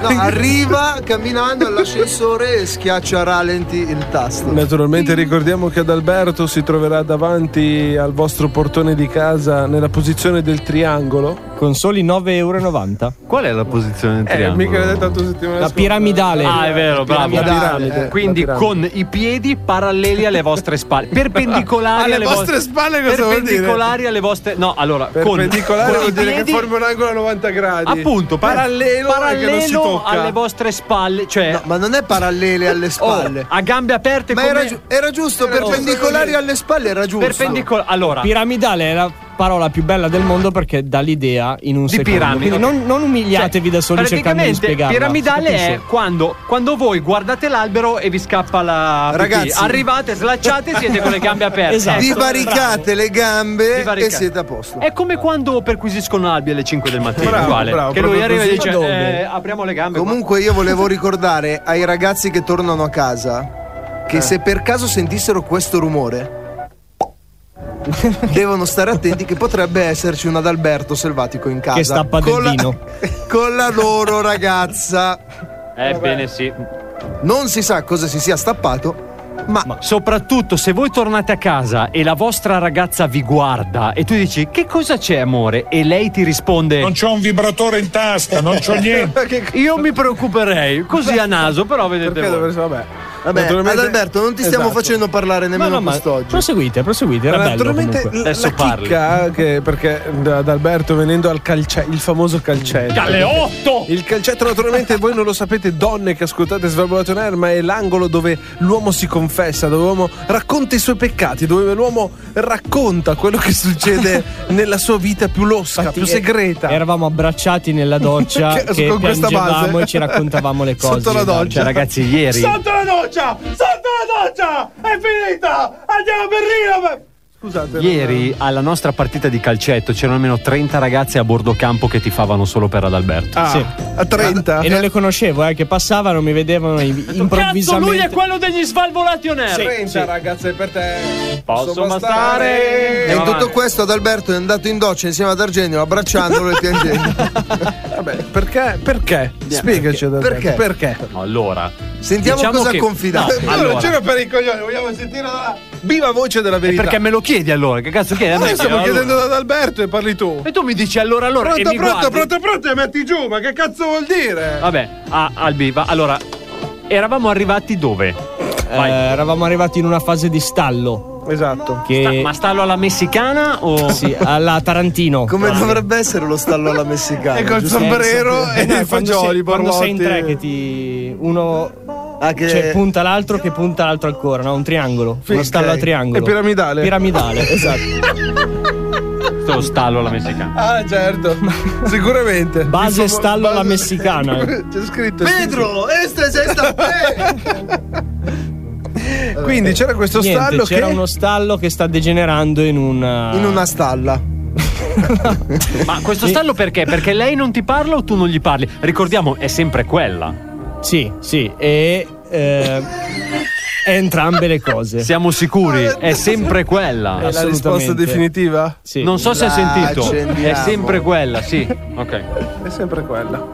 No, arriva camminando all'ascensore e schiaccia a ralenti il tasto.
Naturalmente ricordiamo che Adalberto si troverà davanti al vostro portone di casa nella posizione del triangolo.
Con soli 9,90 euro.
Qual è la posizione del
Eh, mica l'hai detto tu settimana
La
scorsa.
piramidale.
Ah, è vero, bravo.
Piramidale,
La piramide.
eh,
Quindi
la
con
piramide.
i piedi paralleli alle vostre spalle, perpendicolari
Alle
alle
vostre spalle cosa vuol dire?
Perpendicolari alle vostre No, allora, con
Perpendicolare
con
vuol
i
dire
piedi
che forma un angolo a 90 gradi.
appunto per-
parallelo,
Eh, parallelo
che non si tocca.
alle vostre spalle, cioè
Ma non è parallele alle spalle.
Oh, a gambe aperte
Ma
come
era, giu- era giusto, perpendicolari alle spalle era giusto.
Perpendicolare. Allora,
Piramidale è la parola più bella del mondo perché dà l'idea in un
Di
secondo.
piramide, Cioè,
Quindi non, non umiliatevi da soli cercando di
praticamente
spiegarla.
piramidale è
Capisci?
quando, quando voi guardate l'albero e vi scappa la pipì.
Ragazzi.
arrivate, slacciate, siete con le gambe aperte.
Esatto. Divaricate le gambe e siete a
posto. È come quando perquisiscono albi alle 5 del mattino,
Bravo,
uguale.
bravo,
che lui
proprio
arriva e dice
così. Ma dove?
eh, apriamo le gambe.
Comunque io volevo ricordare ai ragazzi che tornano a casa che
Eh.
se per caso sentissero questo rumore devono stare attenti che potrebbe esserci un Adalberto selvatico in casa
Che stappa del
con la-
vino.
con la loro ragazza.
Ebbene Eh, sì.
Non si sa cosa si sia stappato. Ma,
soprattutto se voi tornate a casa e la vostra ragazza vi guarda e tu dici che cosa c'è amore e lei ti risponde non
c'ho un vibratore in tasca, non c'ho niente.
Io mi preoccuperei così a naso, però vedete
Perché
voi.
dovresti- Eh, vabbè.
Vabbè,
Naturalmente-
Adalberto, non ti stiamo
Esatto.
facendo parlare nemmeno quest'oggi.
Proseguite, proseguite.
era bello
Naturalmente
comunque.
la,
Adesso
la
parli.
chicca che- perché da- ad Alberto venendo al calcetto, il famoso calcetto.
Galeotto!
Il calcetto naturalmente voi non lo sapete donne che ascoltate Svalvolato Air, ma è l'angolo dove l'uomo si confessa, dove l'uomo racconta i suoi peccati, dove l'uomo racconta quello che succede nella sua vita più losca, più
eh,
segreta.
Ah.
Eravamo abbracciati nella doccia
Che-
eh, che
con questa
piangevamo
base.
e ci raccontavamo le cose.
Sotto la
Dai,
doccia.
cioè,
ragazzi, ieri
Sotto la doccia! Sotto la doccia! È finita! Andiamo per Rino!
Scusate.
Ieri alla nostra partita di calcetto c'erano almeno 30 ragazze a bordo campo che tifavano solo per Adalberto.
Ah,
Sì.
a 30
e non le conoscevo, eh, che passavano, mi vedevano i-
Cazzo, lui è
improvvisamente.
quello degli svalvolati on air.
30 ragazze per te.
Posso
E in tutto questo Adalberto è andato in doccia insieme ad Argenio abbracciandolo e piangendo.
Perché? Perché? Spiegaci Adalberto.
Perché?
Allora,
Sentiamo
Diciamo
Diciamo
Diciamo
cosa
che-
confida.
No,
Allora,
allora,
giro per i coglioni, vogliamo sentire la
Eh,
viva voce della verità.
perché me lo chiedi allora? Che cazzo chiedi? A me
Noi stiamo
chiedi, allora.
chiedendo ad Alberto e parli tu.
E tu mi dici allora allora
Pronto,
e mi
pronto,
guardi.
pronto, pronto, e metti giù, ma che cazzo vuol dire?
Vabbè, a Albi, va- allora eravamo arrivati dove?
Eh, eravamo arrivati in una fase di stallo.
Esatto.
ma stallo alla messicana o
sì, alla Tarantino?
Come
Guarda.
dovrebbe essere lo stallo alla messicana?
E col
sombrero
Eh, no,
i
quando sei- Quando sei in tre che ti uno
Ah, che-
cioè, punta l'altro che punta l'altro ancora, no? Un triangolo, uno
Ok.
stallo a triangolo.
È piramidale.
Piramidale, esatto.
Sto stallo alla messicana.
Ah, certo, sicuramente.
Base Eh, stallo alla messicana. eh.
C'è scritto.
Pedro, este se sta
Eh, Quindi c'era questo
Eh, Niente,
stallo
c'era
che
uno stallo che sta degenerando in eh, una
in una stalla.
Ma questo stallo perché? Perché lei non ti parla o tu non gli parli? Ricordiamo, è sempre quella.
Sì, sì, e eh, è entrambe le cose.
Siamo sicuri,
Ah,
è sempre quella.
È la risposta definitiva? Sì.
Non so se hai
La
sentito, è
accendiamo.
sempre quella, sì. Ok.
È sempre quella.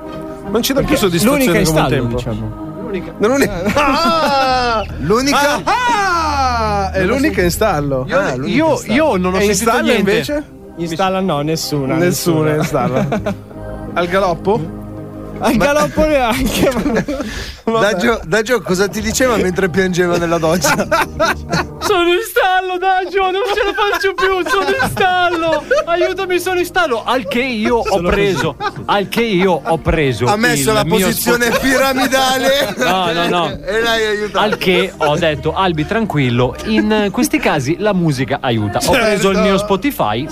Non ci dà più
Perché
soddisfazione
l'unica
come
in
un
stallo,
tempo.
diciamo.
L'unica. Non l'unica.
L'unica.
Ah! È l'unica in stallo.
Io-
Ah, l'unica
io-
in stallo.
io non ho
E in
sentito
stallo
niente.
invece?
Installa no, nessuna.
Nessuna installa. Al galoppo?
Al galoppo neanche.
Daggio, Daggio cosa ti diceva mentre piangeva nella doccia?
Sono in stallo, Daggio, non ce la faccio più, sono in stallo. Aiutami, sono in stallo. Al che io ho
Solo
preso, al che io ho preso.
Ha messo
il
la
mio
posizione
spo-
piramidale.
No, no, no.
E l'hai aiutato.
Al che ho detto, Albi, tranquillo, in eh, questi casi la musica aiuta.
Certo.
Ho preso il mio Spotify.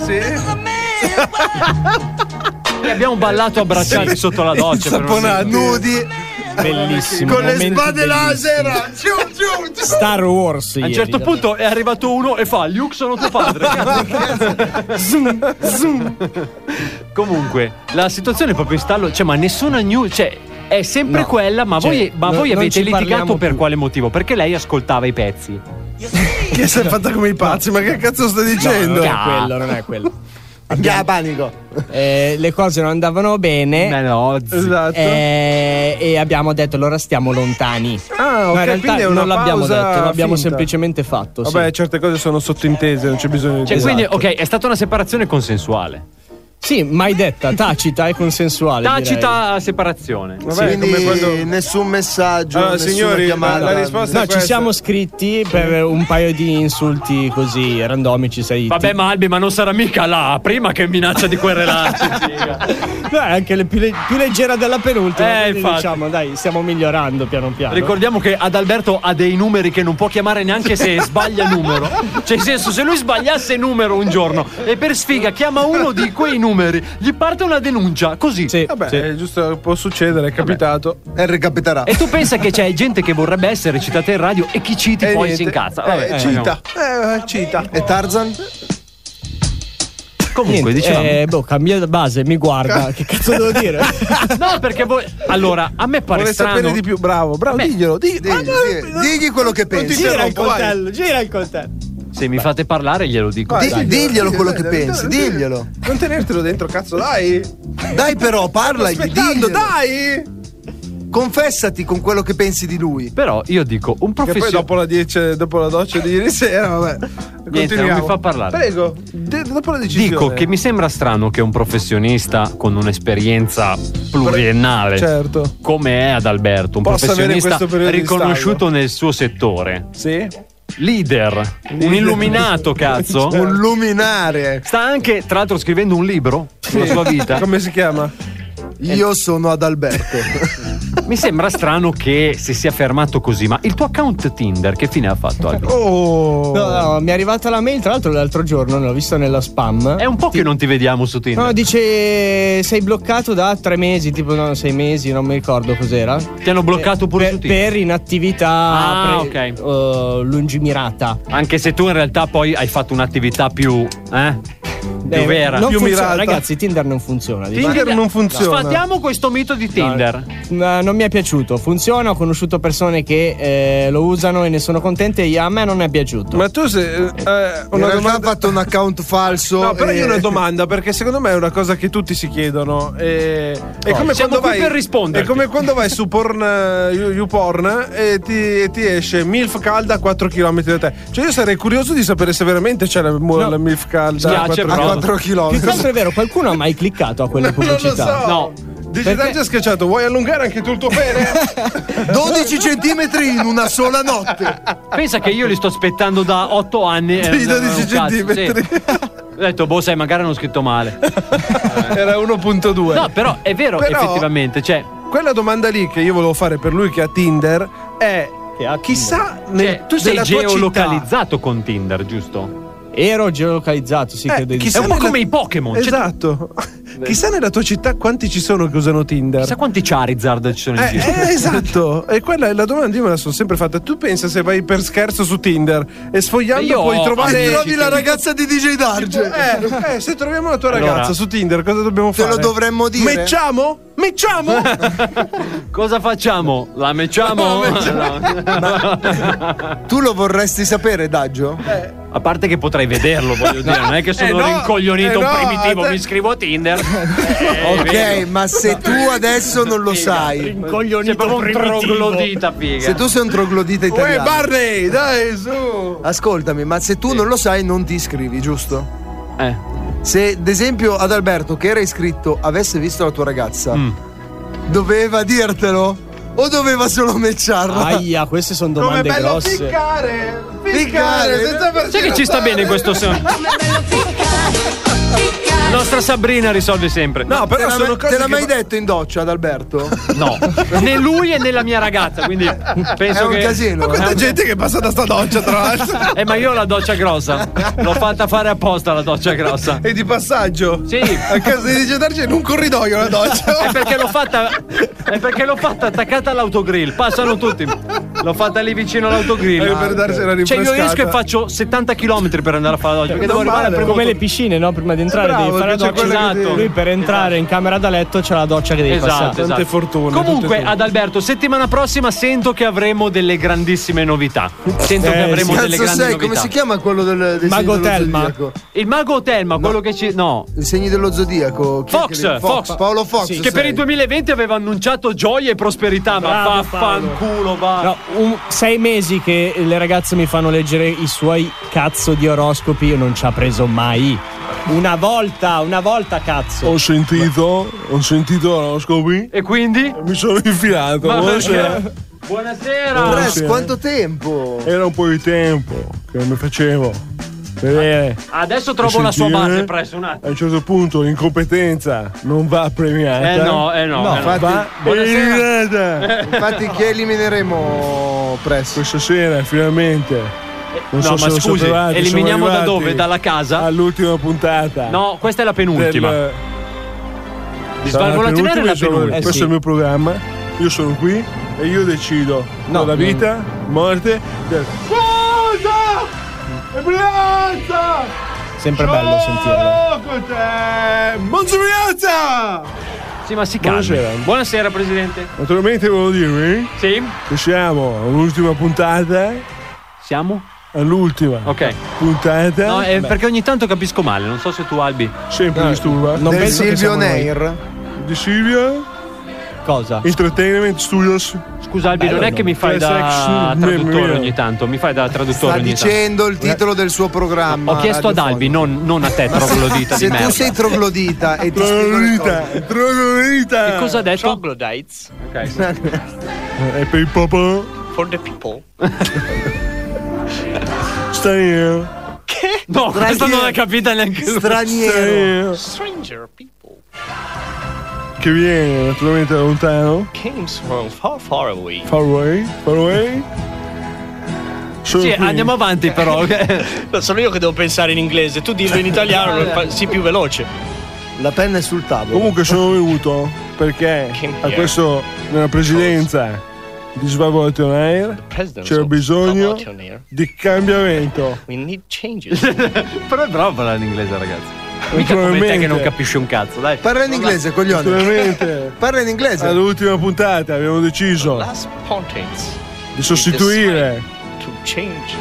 E abbiamo ballato abbracciati sotto la doccia. per un
Saponati.
minuto.
Nudi.
Bellissimo,
Con le
momenti
spade
bellissimi.
laser. Giù, giù, giù.
Star Wars.
A un certo punto è arrivato uno e fa: Luke, sono tuo padre.
zoom, zoom.
Comunque, la situazione è proprio in stallo, cioè, ma nessuna news. Cioè, è sempre
No.
quella, ma
Cioè,
voi, ma
no-
voi
non
avete
ci
litigato
parliamo
per quale motivo? Perché lei ascoltava i pezzi.
Che sei
Esatto.
fatta come i pazzi, ma che cazzo sto
No,
dicendo?
non è quello, non è quello. Abbiamo... panico. Eh, le cose non andavano bene.
Esatto.
Eh, e abbiamo detto allora stiamo lontani.
Ah, ok,
Ma in realtà
quindi è una
non l'abbiamo
pausa
detto, l'abbiamo
finta.
semplicemente fatto. sì.
Vabbè, certe cose sono sottintese, non c'è bisogno di
Cioè,
dirlo.
quindi, ok, è stata una separazione consensuale.
Esatto. Sì, mai detta, tacita e consensuale. direi.
Tacita separazione.
Vabbè, Quindi nessun messaggio.
Ah,
Ah,
Allora,
nessuna
signori,
chiamata.
la risposta No, ci siamo scritti per un paio di insulti così randomici, sai.
Vabbè, ma Albi, ma non sarà mica la prima che minaccia di querrelarsi.
No, è anche le più, le- più leggera della penultima.
Eh,
quindi
infatti.
diciamo, dai, stiamo migliorando piano piano.
Ricordiamo che Adalberto ha dei numeri che non può chiamare neanche se sbaglia numero. Cioè, nel senso, se lui sbagliasse numero un giorno e per sfiga chiama uno di quei numeri, gli parte una denuncia. Così.
Vabbè, è giusto, può succedere, è capitato.
E ricapiterà.
E tu pensa che c'è gente che vorrebbe essere citata in radio e chi citi
E
poi
niente.
si incazza.
Eh,
Vabbè, eh,
cita.
no.
Eh, cita.
E Tarzan?
Comunque, diciamo. dicevamo.
Eh, boh, cambia base, mi guarda. che cazzo devo dire?
No, perché voi. Allora, a me pare
Vuole
strano.
sapere di più, bravo, bravo, diglielo, Ah, diglielo.
Digli, digli, digli quello che pensi.
gira il
interrompo, vai.
coltello, gira il coltello.
Se mi fate parlare, glielo dico.
Di-
Dai.
diglielo quello che
dai,
pensi,
dai, dai.
diglielo.
Non tenertelo dentro, cazzo, dai.
Dai però, parla,
Aspettando,
diglielo.
dai.
Confessati con quello che pensi di lui.
Però io dico, un
Che poi
professionista.
dopo la, 10 dopo la doccia di ieri sera, vabbè. continuiamo.
non mi fa parlare.
Prego, de- dopo la decisione.
Dico che mi sembra strano che un professionista con un'esperienza pluriennale,
Certo.
come è ad Alberto, un
Possa avere
professionista
questo periodo di
riconosciuto nel suo settore,
Sì?
leader, un illuminato, cazzo.
Eh.
Cioè.
Un luminare.
Sta anche, tra l'altro, scrivendo un libro sulla sua vita.
Come si chiama?
Eh.
Io sono Adalberto.
Mi sembra strano che si sia fermato così, ma il tuo account Tinder che fine ha fatto Alberto?
Oh.
No, no, mi è arrivata la mail, tra l'altro, l'altro giorno, l'ho vista nella spam.
È un po' che non ti vediamo su Tinder.
No, dice sei bloccato da tre mesi, tipo no, sei mesi, non mi ricordo cos'era.
Ti hanno bloccato pure
per,
su Tinder.
per inattività
Ah,
pre- eh, lungimirata.
Anche se tu in realtà poi hai fatto un'attività più. eh? Più
Eh,
vera.
non
più
funziona, Ragazzi, Tinder non funziona.
Tinder non funziona.
Sfatiamo questo mito di Tinder.
No, non mi è piaciuto. Funziona, ho conosciuto persone che eh, lo usano e ne sono contente. e A me non è piaciuto.
Ma tu se. eh,
In
una
realtà
domanda.
ha fatto un account falso.
No, però
e-
io ho
eh.
una domanda, perché secondo me è una cosa che tutti si chiedono. E, è
Oh,
come
siamo
quando
qui
vai,
per risponderti.
È come quando vai su porn, eh, YouPorn e ti, e ti esce MILF calda a 4 km da te. Cioè, io sarei curioso di sapere se veramente c'è la, mu- la MILF calda a
Spiace,
4
però.
km.
Più che altro è vero, qualcuno ha mai cliccato a quelle
Non lo so.
pubblicità?
No.
Digitante ha schiacciato, vuoi allungare anche tu il tuo pene?
12 centimetri in una sola notte.
Pensa che io li sto aspettando da 8 anni.
Sì, 12
Eh, un cazzo,
centimetri.
sì. Ho detto, boh, sai, magari hanno scritto male.
Era 1.2.
No, però è vero,
Però-
effettivamente. Cioè,
Quella domanda lì che io volevo fare per lui che ha Tinder è chissà nel-
cioè, tu sei
nella tua città-
geolocalizzato con Tinder, giusto?
Ero geolocalizzato, sì,
Eh,
credo di
chissà
È un po'
nella-
come i Pokémon, cioè-
Esatto. Chissà nella tua città quanti ci sono che usano Tinder.
Chissà quanti Charizard ci sono in
Eh,
giro.
eh, esatto, e quella è la domanda io me la sono sempre fatta. Tu pensa se vai per scherzo su Tinder e
Eh,
sfogliando
Io
puoi
ho
trovare
amici
trovi
che-
la ragazza.
di DJ Darge.
Eh, eh, se troviamo la tua
Allora-
ragazza su Tinder, cosa dobbiamo
Te
fare?
lo dovremmo dire?
Mecciamo?
Mecciamo? Cosa facciamo? La mecciamo?
Tu lo vorresti sapere, Daggio?
A parte che potrei vederlo, voglio dire, non è che sono
Eh no,
rincoglionito
eh no,
primitivo,
te-
mi iscrivo a Tinder. Eh,
ok, ma se tu adesso non lo sai,
Rincoglionito un troglodita, figa.
se tu sei un troglodita italiano,
Barney,
dai, su. Ascoltami, ma se tu non lo sai, non ti iscrivi, giusto?
Eh.
Se ad esempio ad Alberto, che era iscritto, avesse visto la tua ragazza, doveva dirtelo? O doveva solo mecciarla?
Aia, queste sono domande grosse.
ficcare! eh.
Ficcare, senza farsi
Sai che ci sta bene questo sonno? Nostra Sabrina risolve sempre.
No, però te sono Te l'ha mai detto in doccia ad Alberto?
No, né lui e né la mia ragazza, quindi penso
È un
che...
casino. Ma quanta gente che passa da sta doccia, tra l'altro.
Eh, ma io ho la doccia grossa. L'ho fatta fare apposta la doccia grossa.
E di passaggio?
Sì.
A casa di DJ Darge in un corridoio la doccia.
È perché l'ho fatta. È perché l'ho fatta attaccata all'autogrill. Passano tutti. L'ho fatta lì vicino all'autogrill.
Eh, per darsela
Cioè, io
rinfrescata.
riesco e faccio 70 km per andare a fare la doccia. Perché devo
Non
arrivare
male,
al primo
come le
turno.
piscine, no? Prima di entrare
Bravo,
devi fare la
che c'è
doccia.
quella che devi-
Esatto.
Lui per entrare in camera da letto c'è la doccia che devi passare.
esatto. Comunque, ad Alberto, settimana prossima sento che avremo delle grandissime novità. Sento che
Eh,
avremo
sì.
delle
Cazzo
grandi
sei,
novità.
come si chiama quello del, del
Mago
segno dello
Telma.
zodiaco?
Il mago Telma, quello che ci. No.
Il segno dello zodiaco. chi è che
Fox,
li-
Fox.
Paolo Fox.
Sì,
sei.
che per il 2020 aveva annunciato gioia e prosperità, ma
Bravo,
vaffanculo, va.
No, un- sei mesi che le ragazze mi fanno leggere i suoi cazzo di oroscopi, io non ci ha preso mai. Una volta, una volta cazzo.
Ho sentito, ho sentito oroscopi.
E quindi?
Mi sono infilato.
Ma
buonasera.
perché? Buonasera.
Buonasera.
Quanto tempo?
Era un po' di tempo che mi facevo vedere.
Adesso trovo Ah, la sua
sentire.
base presso un attimo.
A un certo punto l'incompetenza non va premiata.
Eh no, eh no, Eh. No, eh no.
infatti, va
infatti-
eliminata.
Infatti, chi elimineremo presto?
Questa sera finalmente.
no,
Non so
ma
se lo
scusi,
sapevate, siamo
eliminiamo da
arrivati
dove? Dalla casa?
All'ultima puntata.
No, questa è la penultima.
Del-
Di
Sarà
Svalvolati
penultima,
Nera è la
io sono-
penultima.
Questo
Eh sì.
è il mio programma. Io sono qui e io decido no, la vita, morte. del-
Cosa? Brianza!
Sempre bello sentirlo.
Poco c'è! Monzumianza!
Sì, ma si calma.
Buonasera.
Buonasera, presidente.
Naturalmente volevo dirvi
Sì.
che siamo all'ultima puntata.
Siamo?
All'ultima
Ok.
puntata.
No, è
Beh,
perché ogni tanto capisco male, non so se tu Albi.
Sempre
Eh,
disturba.
non Del penso che Silvio siamo noi.
Di Silvio.
Cosa?
Entertainment Studios.
Scusa Albi, non è che mi fai da traduttore ogni tanto, mi fai da traduttore
Sta
ogni tanto.
dicendo il titolo del suo programma.
Ho chiesto ad
radiofonico.
Albi, non, non a te,
Ma se-
troglodita di
Se
merda.
tu sei troglodita e ti spiego le cose-
Troglodita!
Che cosa ha detto?
Troglodytes.
È per il popolo.
For the people.
Straniero.
Che?
No, questa non l'ha capita neanche lui.
Straniero.
Stranger people.
Che viene naturalmente da lontano.
Games from far, far away.
Far away. Far away. Sono qui.
avanti però.
no, sono io che devo pensare in inglese, tu dillo in italiano, lo fa- sii più veloce.
La penna è sul tavolo.
Comunque sono venuto perché a questo nella presidenza di Svalvolati On Air
president
c'era
of
bisogno
Svalvolati On Air.
di cambiamento.
We need changes.
Però è bravo a parlare in inglese, ragazzi. Mica come te
Naturalmente.
che non capisci un cazzo, dai.
Parla in inglese, coglione.
Naturalmente
Parla in inglese.
all'ultima puntata abbiamo deciso
Last pontains.
di sostituire
To change.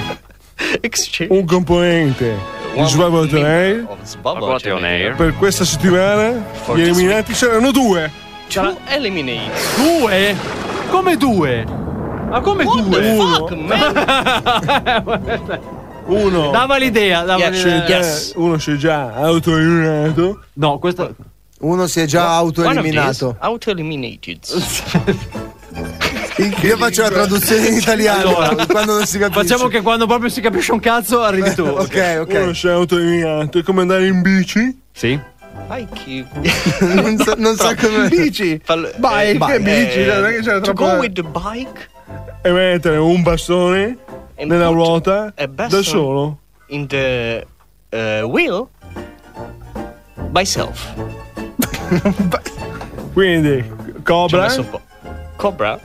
Exchange.
un componente di Svalvolati On Air
Of Svalvolati on air.
per questa settimana gli eliminati saranno due
To eliminate.
Due? Come due? Ma come
What the
due?
fuck, man?
uno
Dava l'idea, dava
c'è
l'idea.
già- Eh, uno si è già autoeliminato
No, questo
Uno si è già
One of these
autoeliminato.
Auto-eliminated.
Io faccio la traduzione in italiano
Allora.
quando non si capisce.
Facciamo che quando proprio si capisce un cazzo arrivi tu.
ok, ok.
uno si è autoeliminato è come andare in bici
Sì.
I keep.
non so, non so come.
bici
Fallo-
Bike, che bici, non è che c'era
uh, To
troppo-
go with the bike
e mettere un bastone
and
nella
put
ruota
a bastone
da solo
in the uh, wheel myself.
quindi
Ci ho
Cobra
messo un po'. Cobra.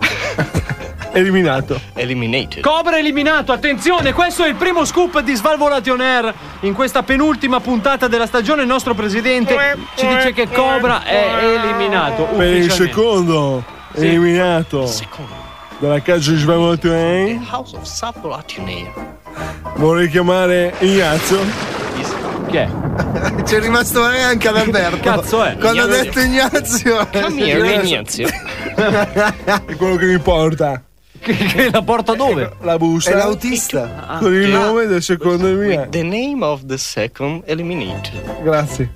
Eliminato.
Eliminated.
Cobra eliminato, attenzione, questo è il primo scoop di Svalvolation Air. In questa penultima puntata della stagione il nostro presidente ci dice che Cobra è eliminato.
Per il
ufficialmente.
secondo
Sì.
eliminato dalla caccia di Svalvolati
House of Savolatinair.
vorrei chiamare Ignazio.
Chi è?
C'è rimasto male anche ad Alberto.
Cazzo è?
Quando ha
Ignazio.
detto Ignazio.
Come here, Ignazio. è quello che mi porta.
Che, la porta dove?
La busta.
È l'autista.
Con il
Ah.
nome del secondo eliminato.
The name of the second eliminated.
Grazie.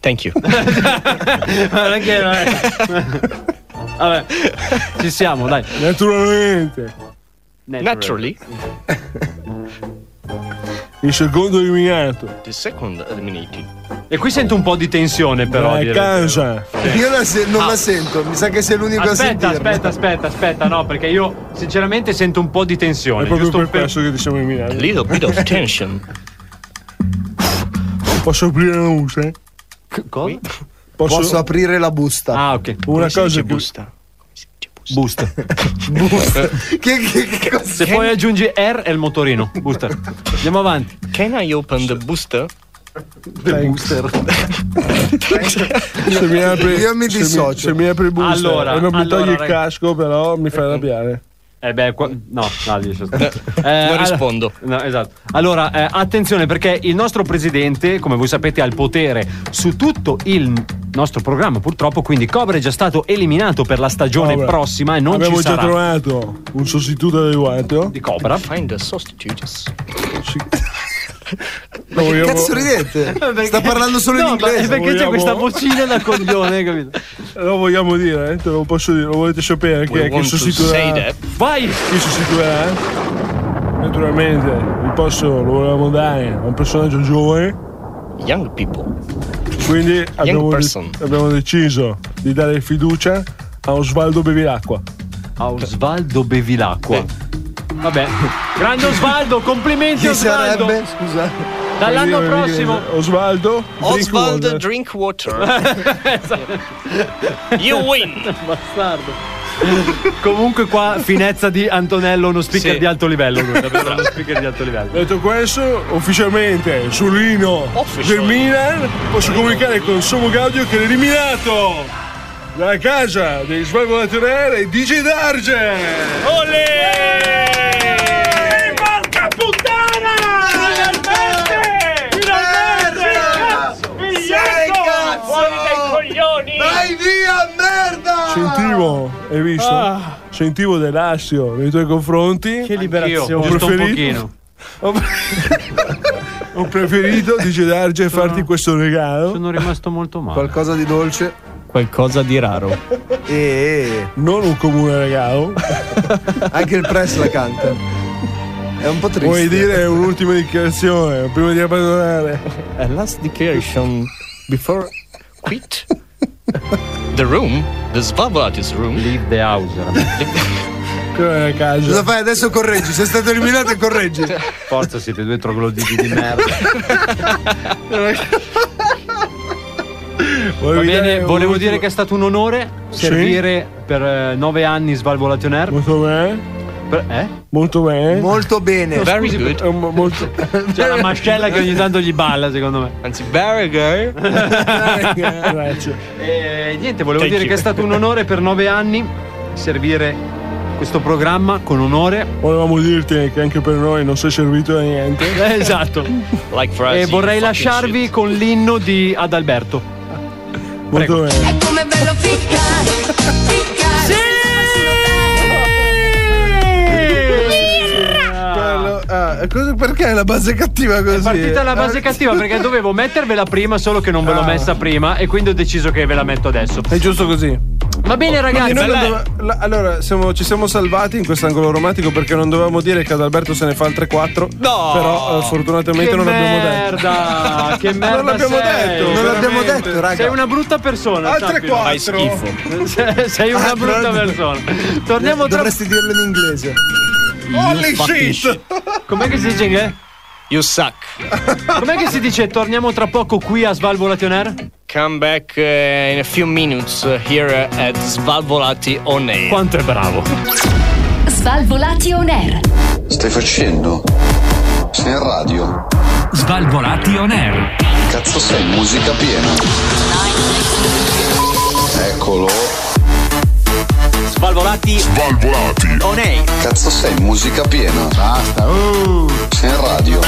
Thank you.
Guarda che non è- Vabbè, ci siamo, dai.
Naturalmente.
Naturally.
Il secondo eliminato.
The second eliminated.
E qui sento un po' di tensione, però.
Dai,
direi.
cansa.
Io la se- non
Ah.
la sento, mi sa che sei l'unico a
Aspetta,
sentirla.
aspetta, aspetta, aspetta, no, perché io sinceramente sento un po' di tensione.
È proprio
giusto
per
per-
questo che ti siamo eliminati.
A little bit of tension.
Posso aprire la busta? eh?
Cosa?
Posso... aprire la busta.
Ah, ok.
Una cosa che...
Busta.
Busta.
Se poi aggiungi R è il motorino. Booster. Andiamo avanti.
Can I open the booster?
The booster.
Se mi apri,
Io mi
se
dissocio.
se mi apri il booster
Allora,
e non mi
allora,
togli il
rag-
casco, però mi fai arrabbiare.
Eh beh, qua- no, no, lì c'è stato. Eh,
non
allora-
rispondo.
no, esatto. Allora, eh, attenzione perché il nostro presidente, come voi sapete, ha il potere su tutto il nostro programma, purtroppo, quindi Cobra è già stato eliminato per la stagione
Vabbè.
prossima e non
Abbiamo
ci
già
sarà.
trovato un sostituto oh. adeguato.
Di Cobra.
Find the substitutes.
Ma che
Cazzo ridete? Sta parlando solo in
No, ma è
inglese.
perché c'è questa vocina da coglione, capito?
Lo vogliamo dire, eh? te lo posso dire, lo volete sapere chi è che sostituirà?
Vai!
Chi sostituirà? eh? Naturalmente, il posto lo volevamo dare a un personaggio giovane.
Young people.
Quindi abbiamo, de-
person.
abbiamo deciso di dare fiducia a Osvaldo Bevilacqua.
A Osvaldo Bevilacqua. Vabbè, grande Osvaldo, complimenti
Chi
Osvaldo.
sarebbe? Scusa.
Dall'anno prossimo.
eh, Osvaldo.
Oswald
Drinkwater.
drink water. you win.
Bastardo. Comunque qua finezza di Antonello, uno speaker
Sì.
di alto livello, lui, davvero uno speaker di alto livello.
Detto questo, ufficialmente sul lino del
Official.
Milan posso comunicare con Somo Gaudio che è eliminato dalla casa dei Svalvolatorere DJ Darge!
Olè!
Porca puttana! Finalmente! Finalmente!
Sei
Vigliacco! Fuori dai coglioni!
Vai
via, merda!
Sentivo, hai visto?
Ah.
Sentivo dell'assio nei tuoi confronti. Che
liberazione. giusto un pochino.
Ho preferito, dice Darge, farti questo regalo.
Sono rimasto molto male.
Qualcosa di dolce.
Qualcosa di raro.
E
Non un comune regalo.
anche il press la canta. È un po' triste.
Vuoi dire un'ultima dichiarazione prima di abbandonare?
A last declaration before
Quit. The room. The Svalvolatis room.
Leave the house.
Come casa?
Cosa fai? Adesso correggi. Sei stato eliminato e correggi.
Forza siete due trogloditi di merda. Va
Volevi
bene,
dare
volevo
un'ultima-
dire che è stato un onore
Sì.
servire per eh, nove anni Svalvolation Air.
Molto bene,
Per- eh?
molto bene.
Molto bene.
Very good.
Eh, mo- molto-
C'è la mascella che ogni tanto gli balla, secondo me.
Anzi, very good.
Grazie.
E niente, volevo
Thank
dire
you.
che è stato un onore per nove anni servire questo programma con onore.
Volevamo dirti che anche per noi non sei servito a niente.
Eh, Esatto.
Like for us,
E
you
vorrei
fucking
lasciarvi
shit.
con l'inno di Adalberto.
Molto bene.
È come bello ficcare, ficcare.
Bello. Ah, cosa- perché la base è cattiva così?
È partita la base cattiva perché dovevo mettervela prima, solo che non ve l'ho
Ah.
messa prima e quindi ho deciso che ve la metto adesso.
È giusto così.
Va bene ragazzi,
Eh, Noi non
bella-
dove- la- allora, siamo- ci siamo salvati in questo angolo romantico perché non dovevamo dire che ad Alberto se ne fa altre 4.
No!
Però eh, fortunatamente
che
non l'abbiamo detto.
merda, che merda
Non l'abbiamo
sei.
detto.
Non l'abbiamo
veramente.
detto, raga.
Sei una brutta persona.
Altre
sappilo.
quattro.
Fai schifo.
Sei- Sei una
Ah,
brutta
però-
persona. Torniamo tra
Dovresti dirlo in inglese.
Holy shit.
Com'è che si dice in inglese?
You suck.
Com'è che si dice torniamo tra poco qui a Svalvolation Air?
Come back uh,
eh,
in a few minutes uh, here uh, at Svalvolati on air.
Quanto è bravo.
Svalvolati on air.
Stai facendo? Sei in radio?
Svalvolati on air.
Cazzo sei in musica piena? Eccolo.
Svalvolati.
Svalvolati.
On air.
Cazzo sei in musica piena? Basta.
Uh.
Sei in radio?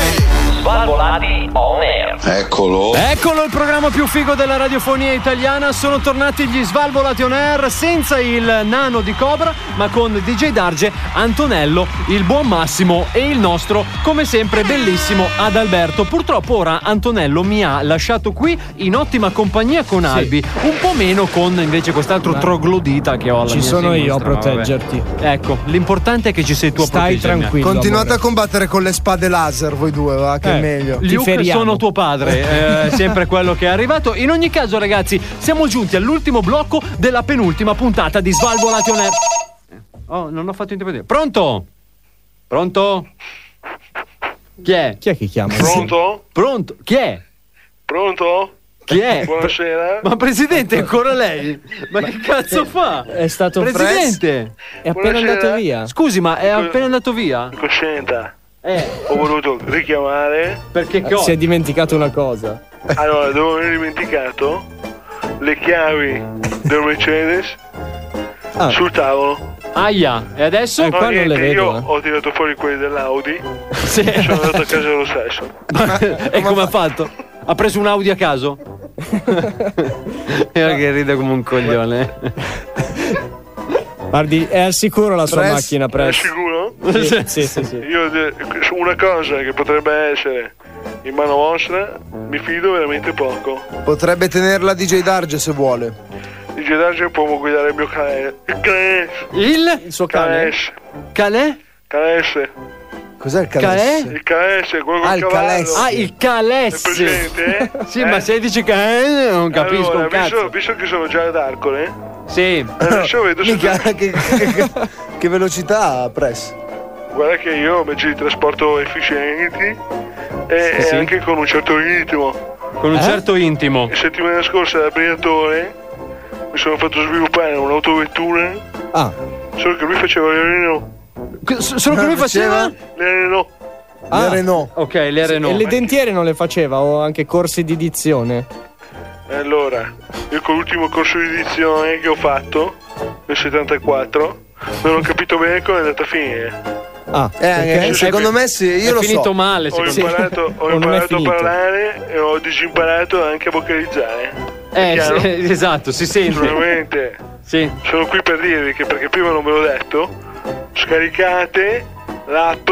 Svalvolati on air.
Eccolo.
Eccolo il programma più figo della radiofonia italiana. Sono tornati gli Svalvolati on air senza il nano di Cobra, ma con DJ Darge, Antonello, il buon Massimo e il nostro, come sempre, bellissimo Adalberto. Purtroppo ora Antonello mi ha lasciato qui in ottima compagnia con Albi, un po' meno con invece quest'altro troglodita che ho alla
Ci
mia
sono io a
sinistra, vabbè.
proteggerti.
Ecco, l'importante è che ci sei tu a proteggermi.
Continuate a combattere con le spade laser, voi due, va,
Eh,
che è meglio.
Eh, Luke sono tuo padre, eh, sempre quello che è arrivato. In ogni caso, ragazzi, siamo giunti all'ultimo blocco della penultima puntata di Svalvolati on Air. Oh, non ho fatto in tempo a dire. Pronto? Pronto? Chi è?
Chi è che chiama?
Pronto? Pronto? Chi è?
Pronto?
Chi è?
Buonasera.
Ma presidente, ancora lei? Ma che
Eh,
cazzo fa?
È stato
Presidente!
È appena
Buonasera.
andato via.
Scusi, ma è appena andato via?
Coscienza.
Eh.
Ho voluto richiamare.
Perché
Eh, Si è dimenticato una cosa.
Allora, dove mi ho dimenticato le chiavi del Mercedes sul tavolo.
Aia, e
Eh,
adesso?
No, niente, io ho tirato fuori quelli dell'Audi
Sì.
e sono andato a casa lo stesso.
e come ha fatto? Ha preso un Audi a caso? Era che ride come un coglione.
Guardi, è al sicuro la sua
Press?
macchina,
È
presto.
sicuro?
Sì, sì, sì, sì.
Io de- su una cosa che potrebbe essere in mano vostra, mi fido veramente poco.
Potrebbe tenerla DJ Darge se vuole.
Il Gedarge può guidare il mio cane. Il cane.
Il?
suo
cane?
Calè?
Calesse.
Cos'è il
Calè?
calesse?
Il calesse, quello col
Ah, il
cavallo.
calesse.
Ah, il calesse.
È presente, eh?
Sì,
Eh?
ma se dici che eh, non capisco
allora,
un cazzo.
Visto, visto che sono già ad Arcole,
Sì.
adesso Eh, vedo se...
Mica, che, che- che velocità ha Press?
Guarda che io ho mezzi di trasporto efficienti e,
Sì,
e
sì.
anche con un certo ritmo.
Con un certo intimo.
La settimana scorsa da Briatore mi sono fatto sviluppare un'autovettura.
Ah.
Solo che lui faceva l'ereno.
S- Solo che lui faceva?
L'ereno.
Ah.
Le Renault.
Ok, le
E
Renault.
le dentiere non le faceva o anche corsi di dizione?
Allora, io con l'ultimo corso di edizione che ho fatto, nel 74, non ho capito bene come è andata a finire.
Ah,
eh,
perché?
secondo me sì, io
È
lo
finito
so.
male,
Ho
secondo me.
imparato, ho
O non è
imparato a
finito.
parlare e ho disimparato anche a vocalizzare. È
Eh,
chiaro?
sì, esatto, si sente.
Sicuramente.
Sì.
Sono qui per dirvi che, perché prima non ve l'ho detto, scaricate l'app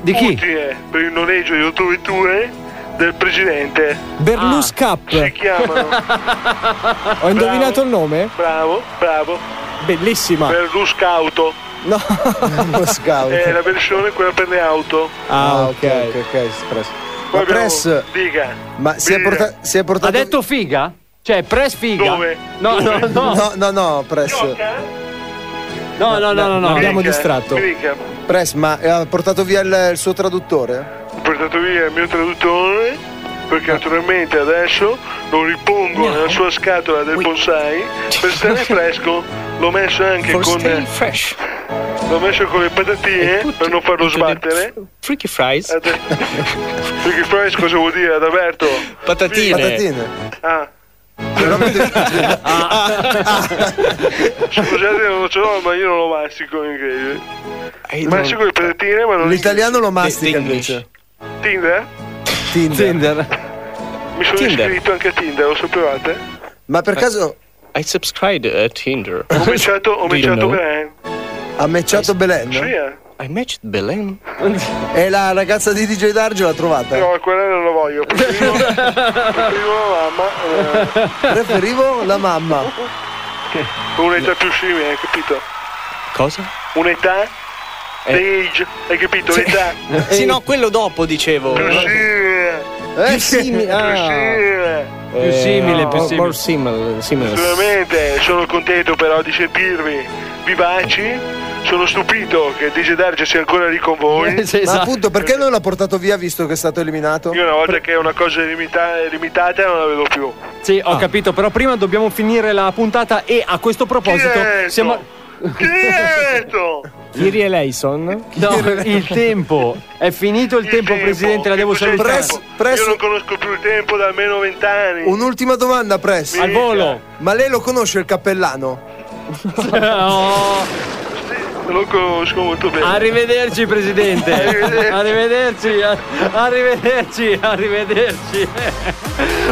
Di chi?
utile per il noleggio di autovetture del presidente.
Berlus
Ah.
Si
Cup.
chiamano.
Ho indovinato il nome?
Bravo, bravo.
Bellissima.
Per Luscauto.
No.
Lo scout.
È la versione quella per le auto.
Ah, ok.
ok, ok, Press.
Poi
Ma
abbiamo-
Press,
Dica.
ma si è,
Dica.
porta- si è
Ha
portato...
detto figa? Cioè, press figa?
Dove?
No, no,
Dove?
no.
No, no, no, Press.
No, no, no, no, no.
L'abbiamo
Dica,
distratto.
Dica.
Press, ma eh, ha portato via il, il suo traduttore?
Ho portato via il mio traduttore perché naturalmente adesso lo ripongo nella sua scatola del bonsai per stare fresco. L'ho messo anche con L'ho messo con le
Eh,
patatine per non farlo sbattere.
Freaky fries.
Ade- Freaky fries cosa vuol dire ad Alberto?
Patatine.
Patatine.
Ah,
Però mi devi-
scusate, non ce l'ho, ma io non lo mastico in inglese. Mastico le patatine, ma non
L'italiano lo mastica invece.
Tinder?
Tinder.
Tinder.
Mi sono
Tinder.
iscritto anche a Tinder, lo sapevate?
Ma per caso
I subscribed a Tinder.
Ho mecciato, ho
Do you
mecciato
know?
Belen.
ha matchato Belen?
Sì, eh.
I matched Belen.
E la ragazza di DJ Darge l'ha trovata?
No, quella non la voglio. Preferivo, preferivo la mamma. eh,
Preferivo la mamma.
Un'età più simile, hai capito?
Cosa?
Un'età?
Eh.
Age, hai capito? L'età
Eh,
Sì, no, quello dopo dicevo.
più simile.
Più simile.
Più
Ah.
simile.
Eh,
simile,
no,
più oh, simile.
more simil- similar.
Sicuramente sono contento però di sentirvi vivaci. Sono stupito che DJ Darge sia ancora lì con voi.
Sì,
Ma
esatto.
appunto, perché non l'ha portato via visto che è stato eliminato?
Io una volta che è una cosa è limita- è limitata non la vedo più.
Sì, ho capito, però prima dobbiamo finire la puntata e a questo proposito
Dietro!
siamo...
Dietro!
Iri e Leison?
No, il tempo. È finito il, tempo, presidente, la devo salutare.
Io non conosco più il tempo da almeno vent'anni.
Un'ultima domanda, Press.
Al volo.
Ma lei lo conosce il cappellano?
No.
Lo conosco molto bene.
Arrivederci presidente. arrivederci. Arrivederci. Arrivederci.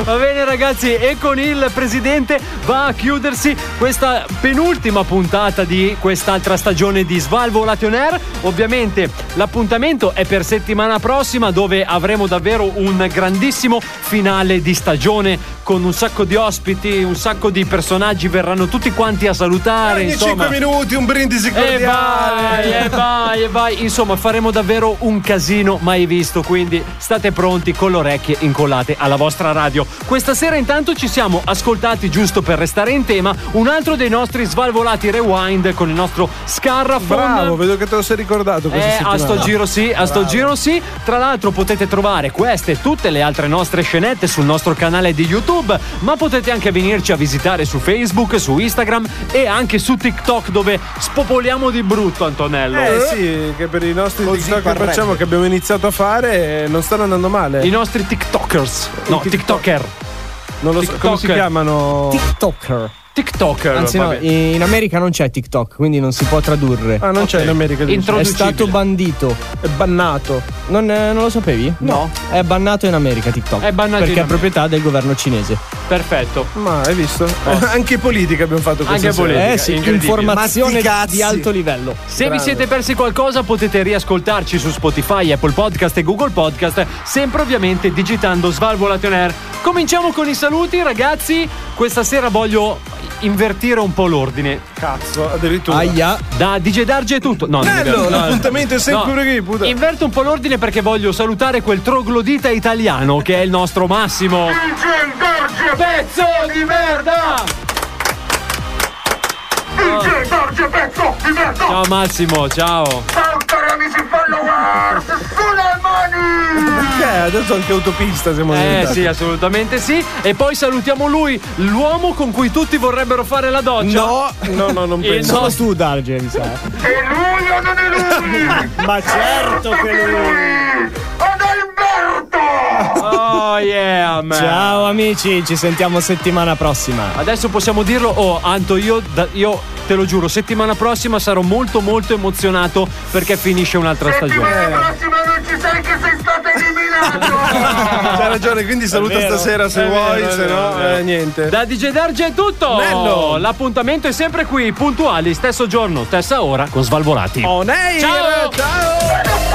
Va bene ragazzi e con il presidente va a chiudersi questa penultima puntata di quest'altra stagione di Svalvo Lation Air. Ovviamente l'appuntamento è per settimana prossima dove avremo davvero un grandissimo finale di stagione con un sacco di ospiti, un sacco di personaggi verranno tutti quanti a salutare.
Ogni
insomma. Eh,
5 minuti un brindisi
E vai,
cordiale.
e vai, e vai. Insomma, faremo davvero un casino mai visto. Quindi state pronti con le orecchie incollate alla vostra radio. Questa sera, intanto, ci siamo ascoltati, giusto per restare in tema, un altro dei nostri svalvolati rewind con il nostro Scarrafon.
Bravo, vedo che te lo sei ricordato questa
Eh, a
settimana.
sto giro sì, a sto
Bravo.
giro sì. Tra l'altro potete trovare queste e tutte le altre nostre scenette sul nostro canale di YouTube, ma potete anche venirci a visitare su Facebook, su Instagram e anche su TikTok dove spopoliamo di brutto Antonello.
Eh sì, che per i nostri
Così
TikTok che
parrebbe.
facciamo, che abbiamo iniziato a fare, eh, non stanno andando male.
I nostri TikTokers, no, TikToker.
Non lo so, come si chiamano?
TikToker.
TikToker.
Anzi, no,
vabbè.
in America non c'è TikTok, quindi non si può tradurre.
Ah, non c'è in America. dici?
È stato bandito.
È bannato.
Non, eh, non lo sapevi?
No.
È bannato in America TikTok.
È bannato
Perché
in
è proprietà del governo cinese.
Perfetto.
Ma hai visto? Anche politica abbiamo fatto questa
Anche
sera.
politica,
Eh sì,
incredibile.
informazione
Ma sti
di
cazzi.
alto livello.
Se vi
Bravo.
siete persi qualcosa potete riascoltarci su Spotify, Apple Podcast e Google Podcast, sempre ovviamente digitando Svalvolation Air. Cominciamo con i saluti ragazzi, questa sera voglio invertire un po' l'ordine.
Cazzo, addirittura.
Aia.
Da DJ Darge è tutto. No, non è
Bello,
vero. No,
l'appuntamento è sempre
no.
qui, puta.
Inverto un po' l'ordine perché voglio salutare quel troglodita italiano che è il nostro Massimo.
DJ Darge pezzo di merda! DJ Darge pezzo di merda!
Ciao Massimo, ciao.
Ciao cari amici followers! Sulle mani!
Eh, adesso anche autopista siamo
Eh
diventati.
sì, assolutamente sì. E poi salutiamo lui, l'uomo con cui tutti vorrebbero fare la doccia.
No, no, no, non
Il
penso.
nostro-
Tu, Darge, mi sa.
E lui o non è lui?
Ma certo che
è lui! Adalberto!
Oh yeah, man.
Ciao amici, ci sentiamo settimana prossima.
Adesso possiamo dirlo, oh Anto, io, da- io te lo giuro, settimana prossima sarò molto molto emozionato perché finisce un'altra
eh.
Settimana
stagione.
prossima non ci sei che sei stato eliminato!
C'ha ragione, quindi saluta
vero,
stasera se
è
vuoi,
vero, è
se
vero,
no,
è vero.
eh, niente.
Da DJ Darge è tutto!
Bello.
L'appuntamento è sempre qui, puntuali, stesso giorno, stessa ora, con Svalvolati.
On air!
Ciao!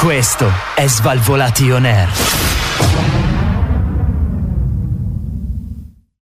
Questo è Svalvolation Air.